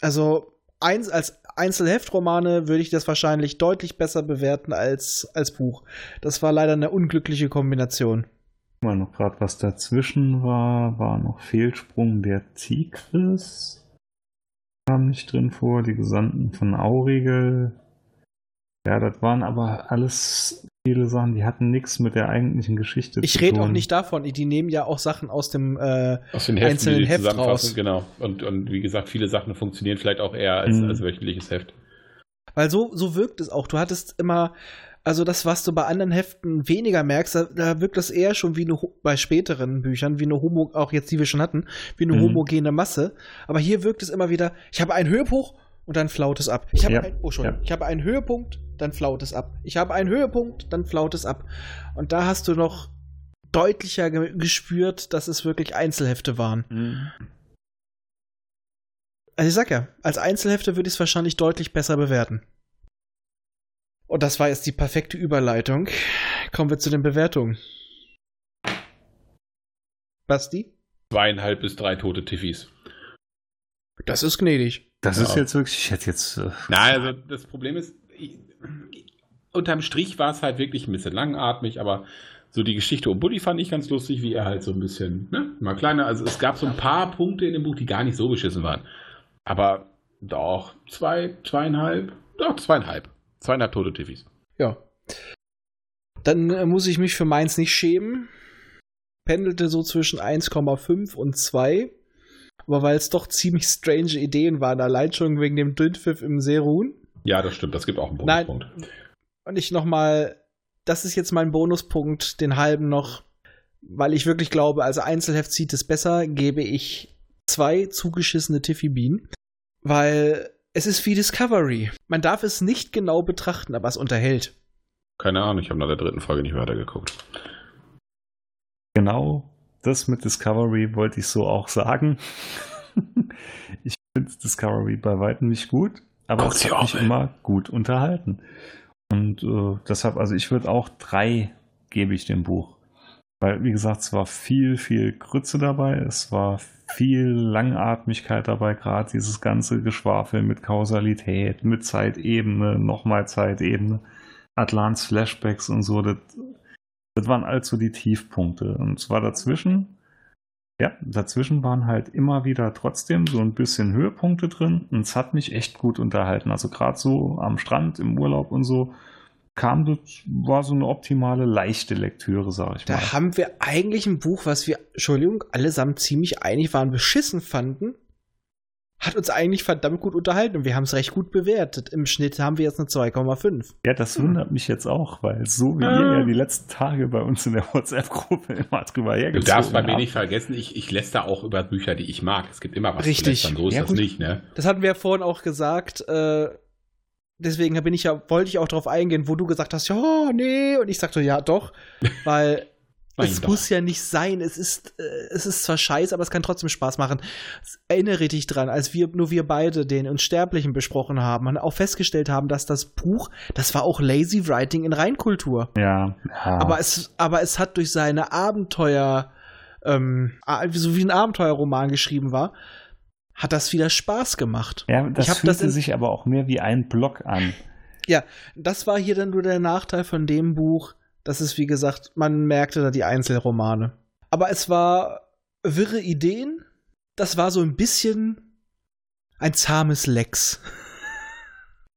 Also eins, als Einzelheftromane würde ich das wahrscheinlich deutlich besser bewerten als, als Buch. Das war leider eine unglückliche Kombination. Mal noch gerade was dazwischen war, war noch Fehlsprung der Tigris. Kam nicht drin vor, die Gesandten von Aurigel. Ja, das waren aber alles viele Sachen, die hatten nichts mit der eigentlichen Geschichte zu Ich tun. rede auch nicht davon, die nehmen ja auch Sachen aus dem äh, Aus den Heften, einzelnen die die Heft zusammenfassen, raus. genau. Und, und wie gesagt, viele Sachen funktionieren vielleicht auch eher als, Mhm. als wöchentliches Heft. Weil so, so wirkt es auch. Du hattest immer, also das, was du bei anderen Heften weniger merkst, da, da wirkt das eher schon wie eine, ho- bei späteren Büchern, wie eine Homo, auch jetzt, die wir schon hatten, wie eine Mhm. homogene Masse. Aber hier wirkt es immer wieder, ich habe einen Höhepunkt und dann flaut es ab. Ich habe Ja, ein, oh, Entschuldigung. ja. ich habe einen Höhepunkt, dann flaut es ab. Ich habe einen Höhepunkt, dann flaut es ab. Und da hast du noch deutlicher ge gespürt, dass es wirklich Einzelhefte waren. Also ich sag ja, als Einzelhefte würde ich es wahrscheinlich deutlich besser bewerten. Und das war jetzt die perfekte Überleitung. Kommen wir zu den Bewertungen. Basti? Zweieinhalb bis drei tote Tiffys. Das ist gnädig. Das ist Ja. jetzt wirklich, ich hätte jetzt. äh, Nein, also das Problem ist, ich, unterm Strich war es halt wirklich ein bisschen langatmig, aber so die Geschichte um Buddy fand ich ganz lustig, wie er halt so ein bisschen, ne, mal kleiner. Also es gab so ein paar Punkte in dem Buch, die gar nicht so beschissen waren. Aber doch, zwei, zweieinhalb, doch, zweieinhalb. Zweieinhalb tote Tiffys. Ja. Dann äh, muss ich mich für meins nicht schämen. Pendelte so zwischen 1,5 und 2. Aber weil es doch ziemlich strange Ideen waren, allein schon wegen dem Dünnpfiff im Serun. Ja, das stimmt, das gibt auch einen Nein. Bonuspunkt. Und ich nochmal, das ist jetzt mein Bonuspunkt, den halben noch, weil ich wirklich glaube, als Einzelheft zieht es besser, gebe ich zwei zugeschissene Tiffy Bean, weil es ist wie Discovery. Man darf es nicht genau betrachten, aber es unterhält. Keine Ahnung, ich habe nach der dritten Folge nicht weitergeguckt. Genau, das mit Discovery wollte ich so auch sagen. ich finde Discovery bei weitem nicht gut, aber Guck es sie hat auch, mich ey. immer gut unterhalten. Und äh, deshalb, also ich würde auch drei gebe ich dem Buch. Weil, wie gesagt, es war viel, viel Krütze dabei, es war viel Langatmigkeit dabei, gerade dieses ganze Geschwafel mit Kausalität, mit Zeitebene, nochmal Zeitebene, Atlans also Flashbacks und so, das, das waren allzu die Tiefpunkte. Und zwar dazwischen Ja, dazwischen waren halt immer wieder trotzdem so ein bisschen Höhepunkte drin und es hat mich echt gut unterhalten. Also gerade so am Strand, im Urlaub und so kam das, war so eine optimale, leichte Lektüre, sag ich Da mal. haben wir eigentlich ein Buch, was wir, Entschuldigung, allesamt ziemlich einig waren, beschissen fanden. Hat uns eigentlich verdammt gut unterhalten und wir haben es recht gut bewertet. Im Schnitt haben wir jetzt eine 2,5. Ja, das wundert mich jetzt auch, weil so Ah. wie ihr ja die letzten Tage bei uns in der WhatsApp-Gruppe immer drüber Du hergezogen darfst bei mir habt. nicht vergessen, ich, ich läster auch über Bücher, die ich mag. Es gibt immer was Richtig. zu lästern, so ist Ja, das gut. nicht, ne? Das hatten wir ja vorhin auch gesagt. Äh, deswegen bin ich ja, wollte ich auch darauf eingehen, wo du gesagt hast, ja, nee. Und ich sagte, ja, doch. Weil Nein, es doch. muss ja nicht sein. Es ist, äh, es ist zwar scheiße, aber es kann trotzdem Spaß machen. S- Erinnere dich dran, als wir nur wir beide den Unsterblichen besprochen haben und auch festgestellt haben, dass das Buch, das war auch Lazy Writing in Reinkultur. Ja, ja. Aber es, aber es hat durch seine Abenteuer, ähm, a- so wie ein Abenteuerroman geschrieben war, hat das wieder Spaß gemacht. ja, das ich hab fühlte das in- sich aber auch mehr wie ein Block an. Das war hier dann nur der Nachteil von dem Buch, dass es, wie gesagt, man merkte da die Einzelromane. Aber es war wirre Ideen. Das war so ein bisschen ein zahmes Lex.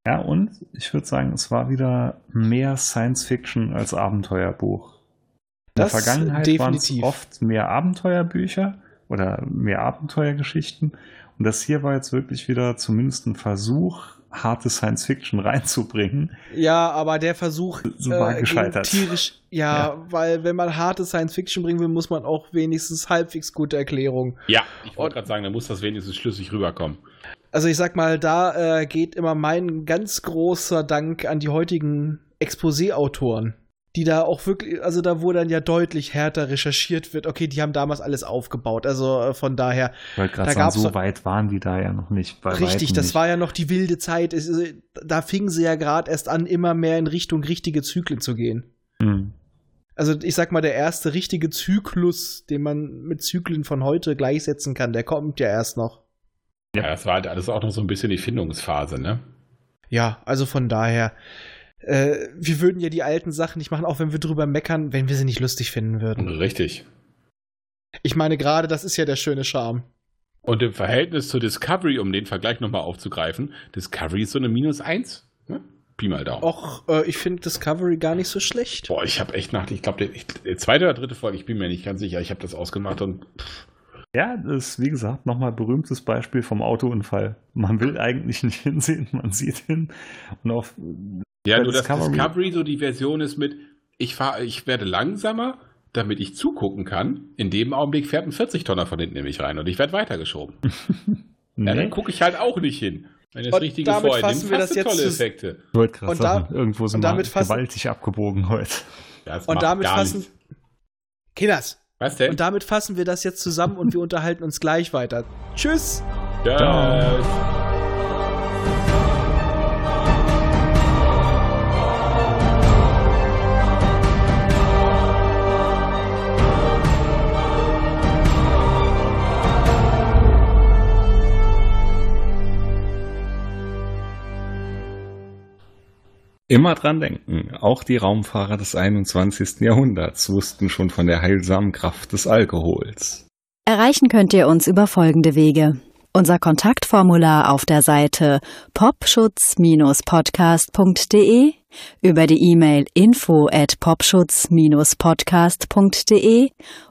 Ja, und ich würde sagen, es war wieder mehr Science Fiction als Abenteuerbuch. In Das der Vergangenheit waren es definitiv. oft mehr Abenteuerbücher oder mehr Abenteuergeschichten. Und das hier war jetzt wirklich wieder zumindest ein Versuch, harte Science Fiction reinzubringen. Ja, aber der Versuch So war ging gescheitert. tierisch. Ja, weil wenn man harte Science Fiction bringen will, muss man auch wenigstens halbwegs gute Erklärung Ja, ich wollte gerade sagen, da muss das wenigstens schlüssig rüberkommen. Also ich sag mal, da äh, geht immer mein ganz großer Dank an die heutigen Exposé-Autoren, die da auch wirklich, also da wo dann ja deutlich härter recherchiert wird. Okay, die haben damals alles aufgebaut. Also äh, von daher Ich wollte gerade Da sagen, gab's so doch- weit waren die da ja noch nicht. Bei richtig, weitem das nicht. war ja noch die wilde Zeit. Es, äh, da fingen sie ja gerade erst an, immer mehr in Richtung richtige Zyklen zu gehen. Hm. Also ich sag mal, der erste richtige Zyklus, den man mit Zyklen von heute gleichsetzen kann, der kommt ja erst noch. Ja, das war halt alles auch noch so ein bisschen die Findungsphase, ne? Ja, also von daher, äh, wir würden ja die alten Sachen nicht machen, auch wenn wir drüber meckern, wenn wir sie nicht lustig finden würden. Richtig. Ich meine, gerade das ist ja der schöne Charme. Und im Verhältnis zu Discovery, um den Vergleich nochmal aufzugreifen, Discovery ist so eine Minus 1. Ne? Pi mal Daumen. Och, äh, ich finde Discovery gar nicht so schlecht. Boah, ich habe echt nach, ich glaube, die zweite oder dritte Folge, ich bin mir nicht ganz sicher, ich habe das ausgemacht und Ja, das ist wie gesagt nochmal berühmtes Beispiel vom Autounfall. Man will eigentlich nicht hinsehen, man sieht hin. Und auf Ja, Bei nur dass Discovery. Discovery so die Version ist mit, ich fahre, ich werde langsamer, damit ich zugucken kann. In dem Augenblick fährt ein 40-Tonner von hinten nämlich rein und ich werde weitergeschoben. Ja, Nee. dann gucke ich halt auch nicht hin. Wenn das Mhm. Und Richtige damit vorher nimmt, fassen wir hast das du jetzt tolle zu- Effekte. Ich wollte gerade Und da- sagen, irgendwo sind und damit wir fassen- gewaltig abgebogen heute. Das Und macht damit gar fassen- nichts. Kinders, Was denn? und damit fassen wir das jetzt zusammen und wir unterhalten uns gleich weiter. Tschüss! Ja. Immer dran denken, auch die Raumfahrer des 21. Jahrhunderts wussten schon von der heilsamen Kraft des Alkohols. Erreichen könnt ihr uns über folgende Wege. Unser Kontaktformular auf der Seite popschutz-podcast.de, über die E-Mail info at popschutz-podcast.de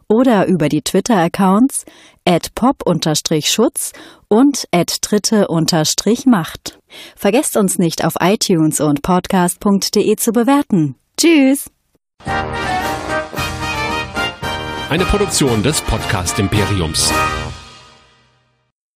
oder über die Twitter-Accounts at pop-schutz und at dritte-macht. Vergesst uns nicht auf iTunes und podcast.de zu bewerten. Tschüss! Eine Produktion des Podcast Imperiums.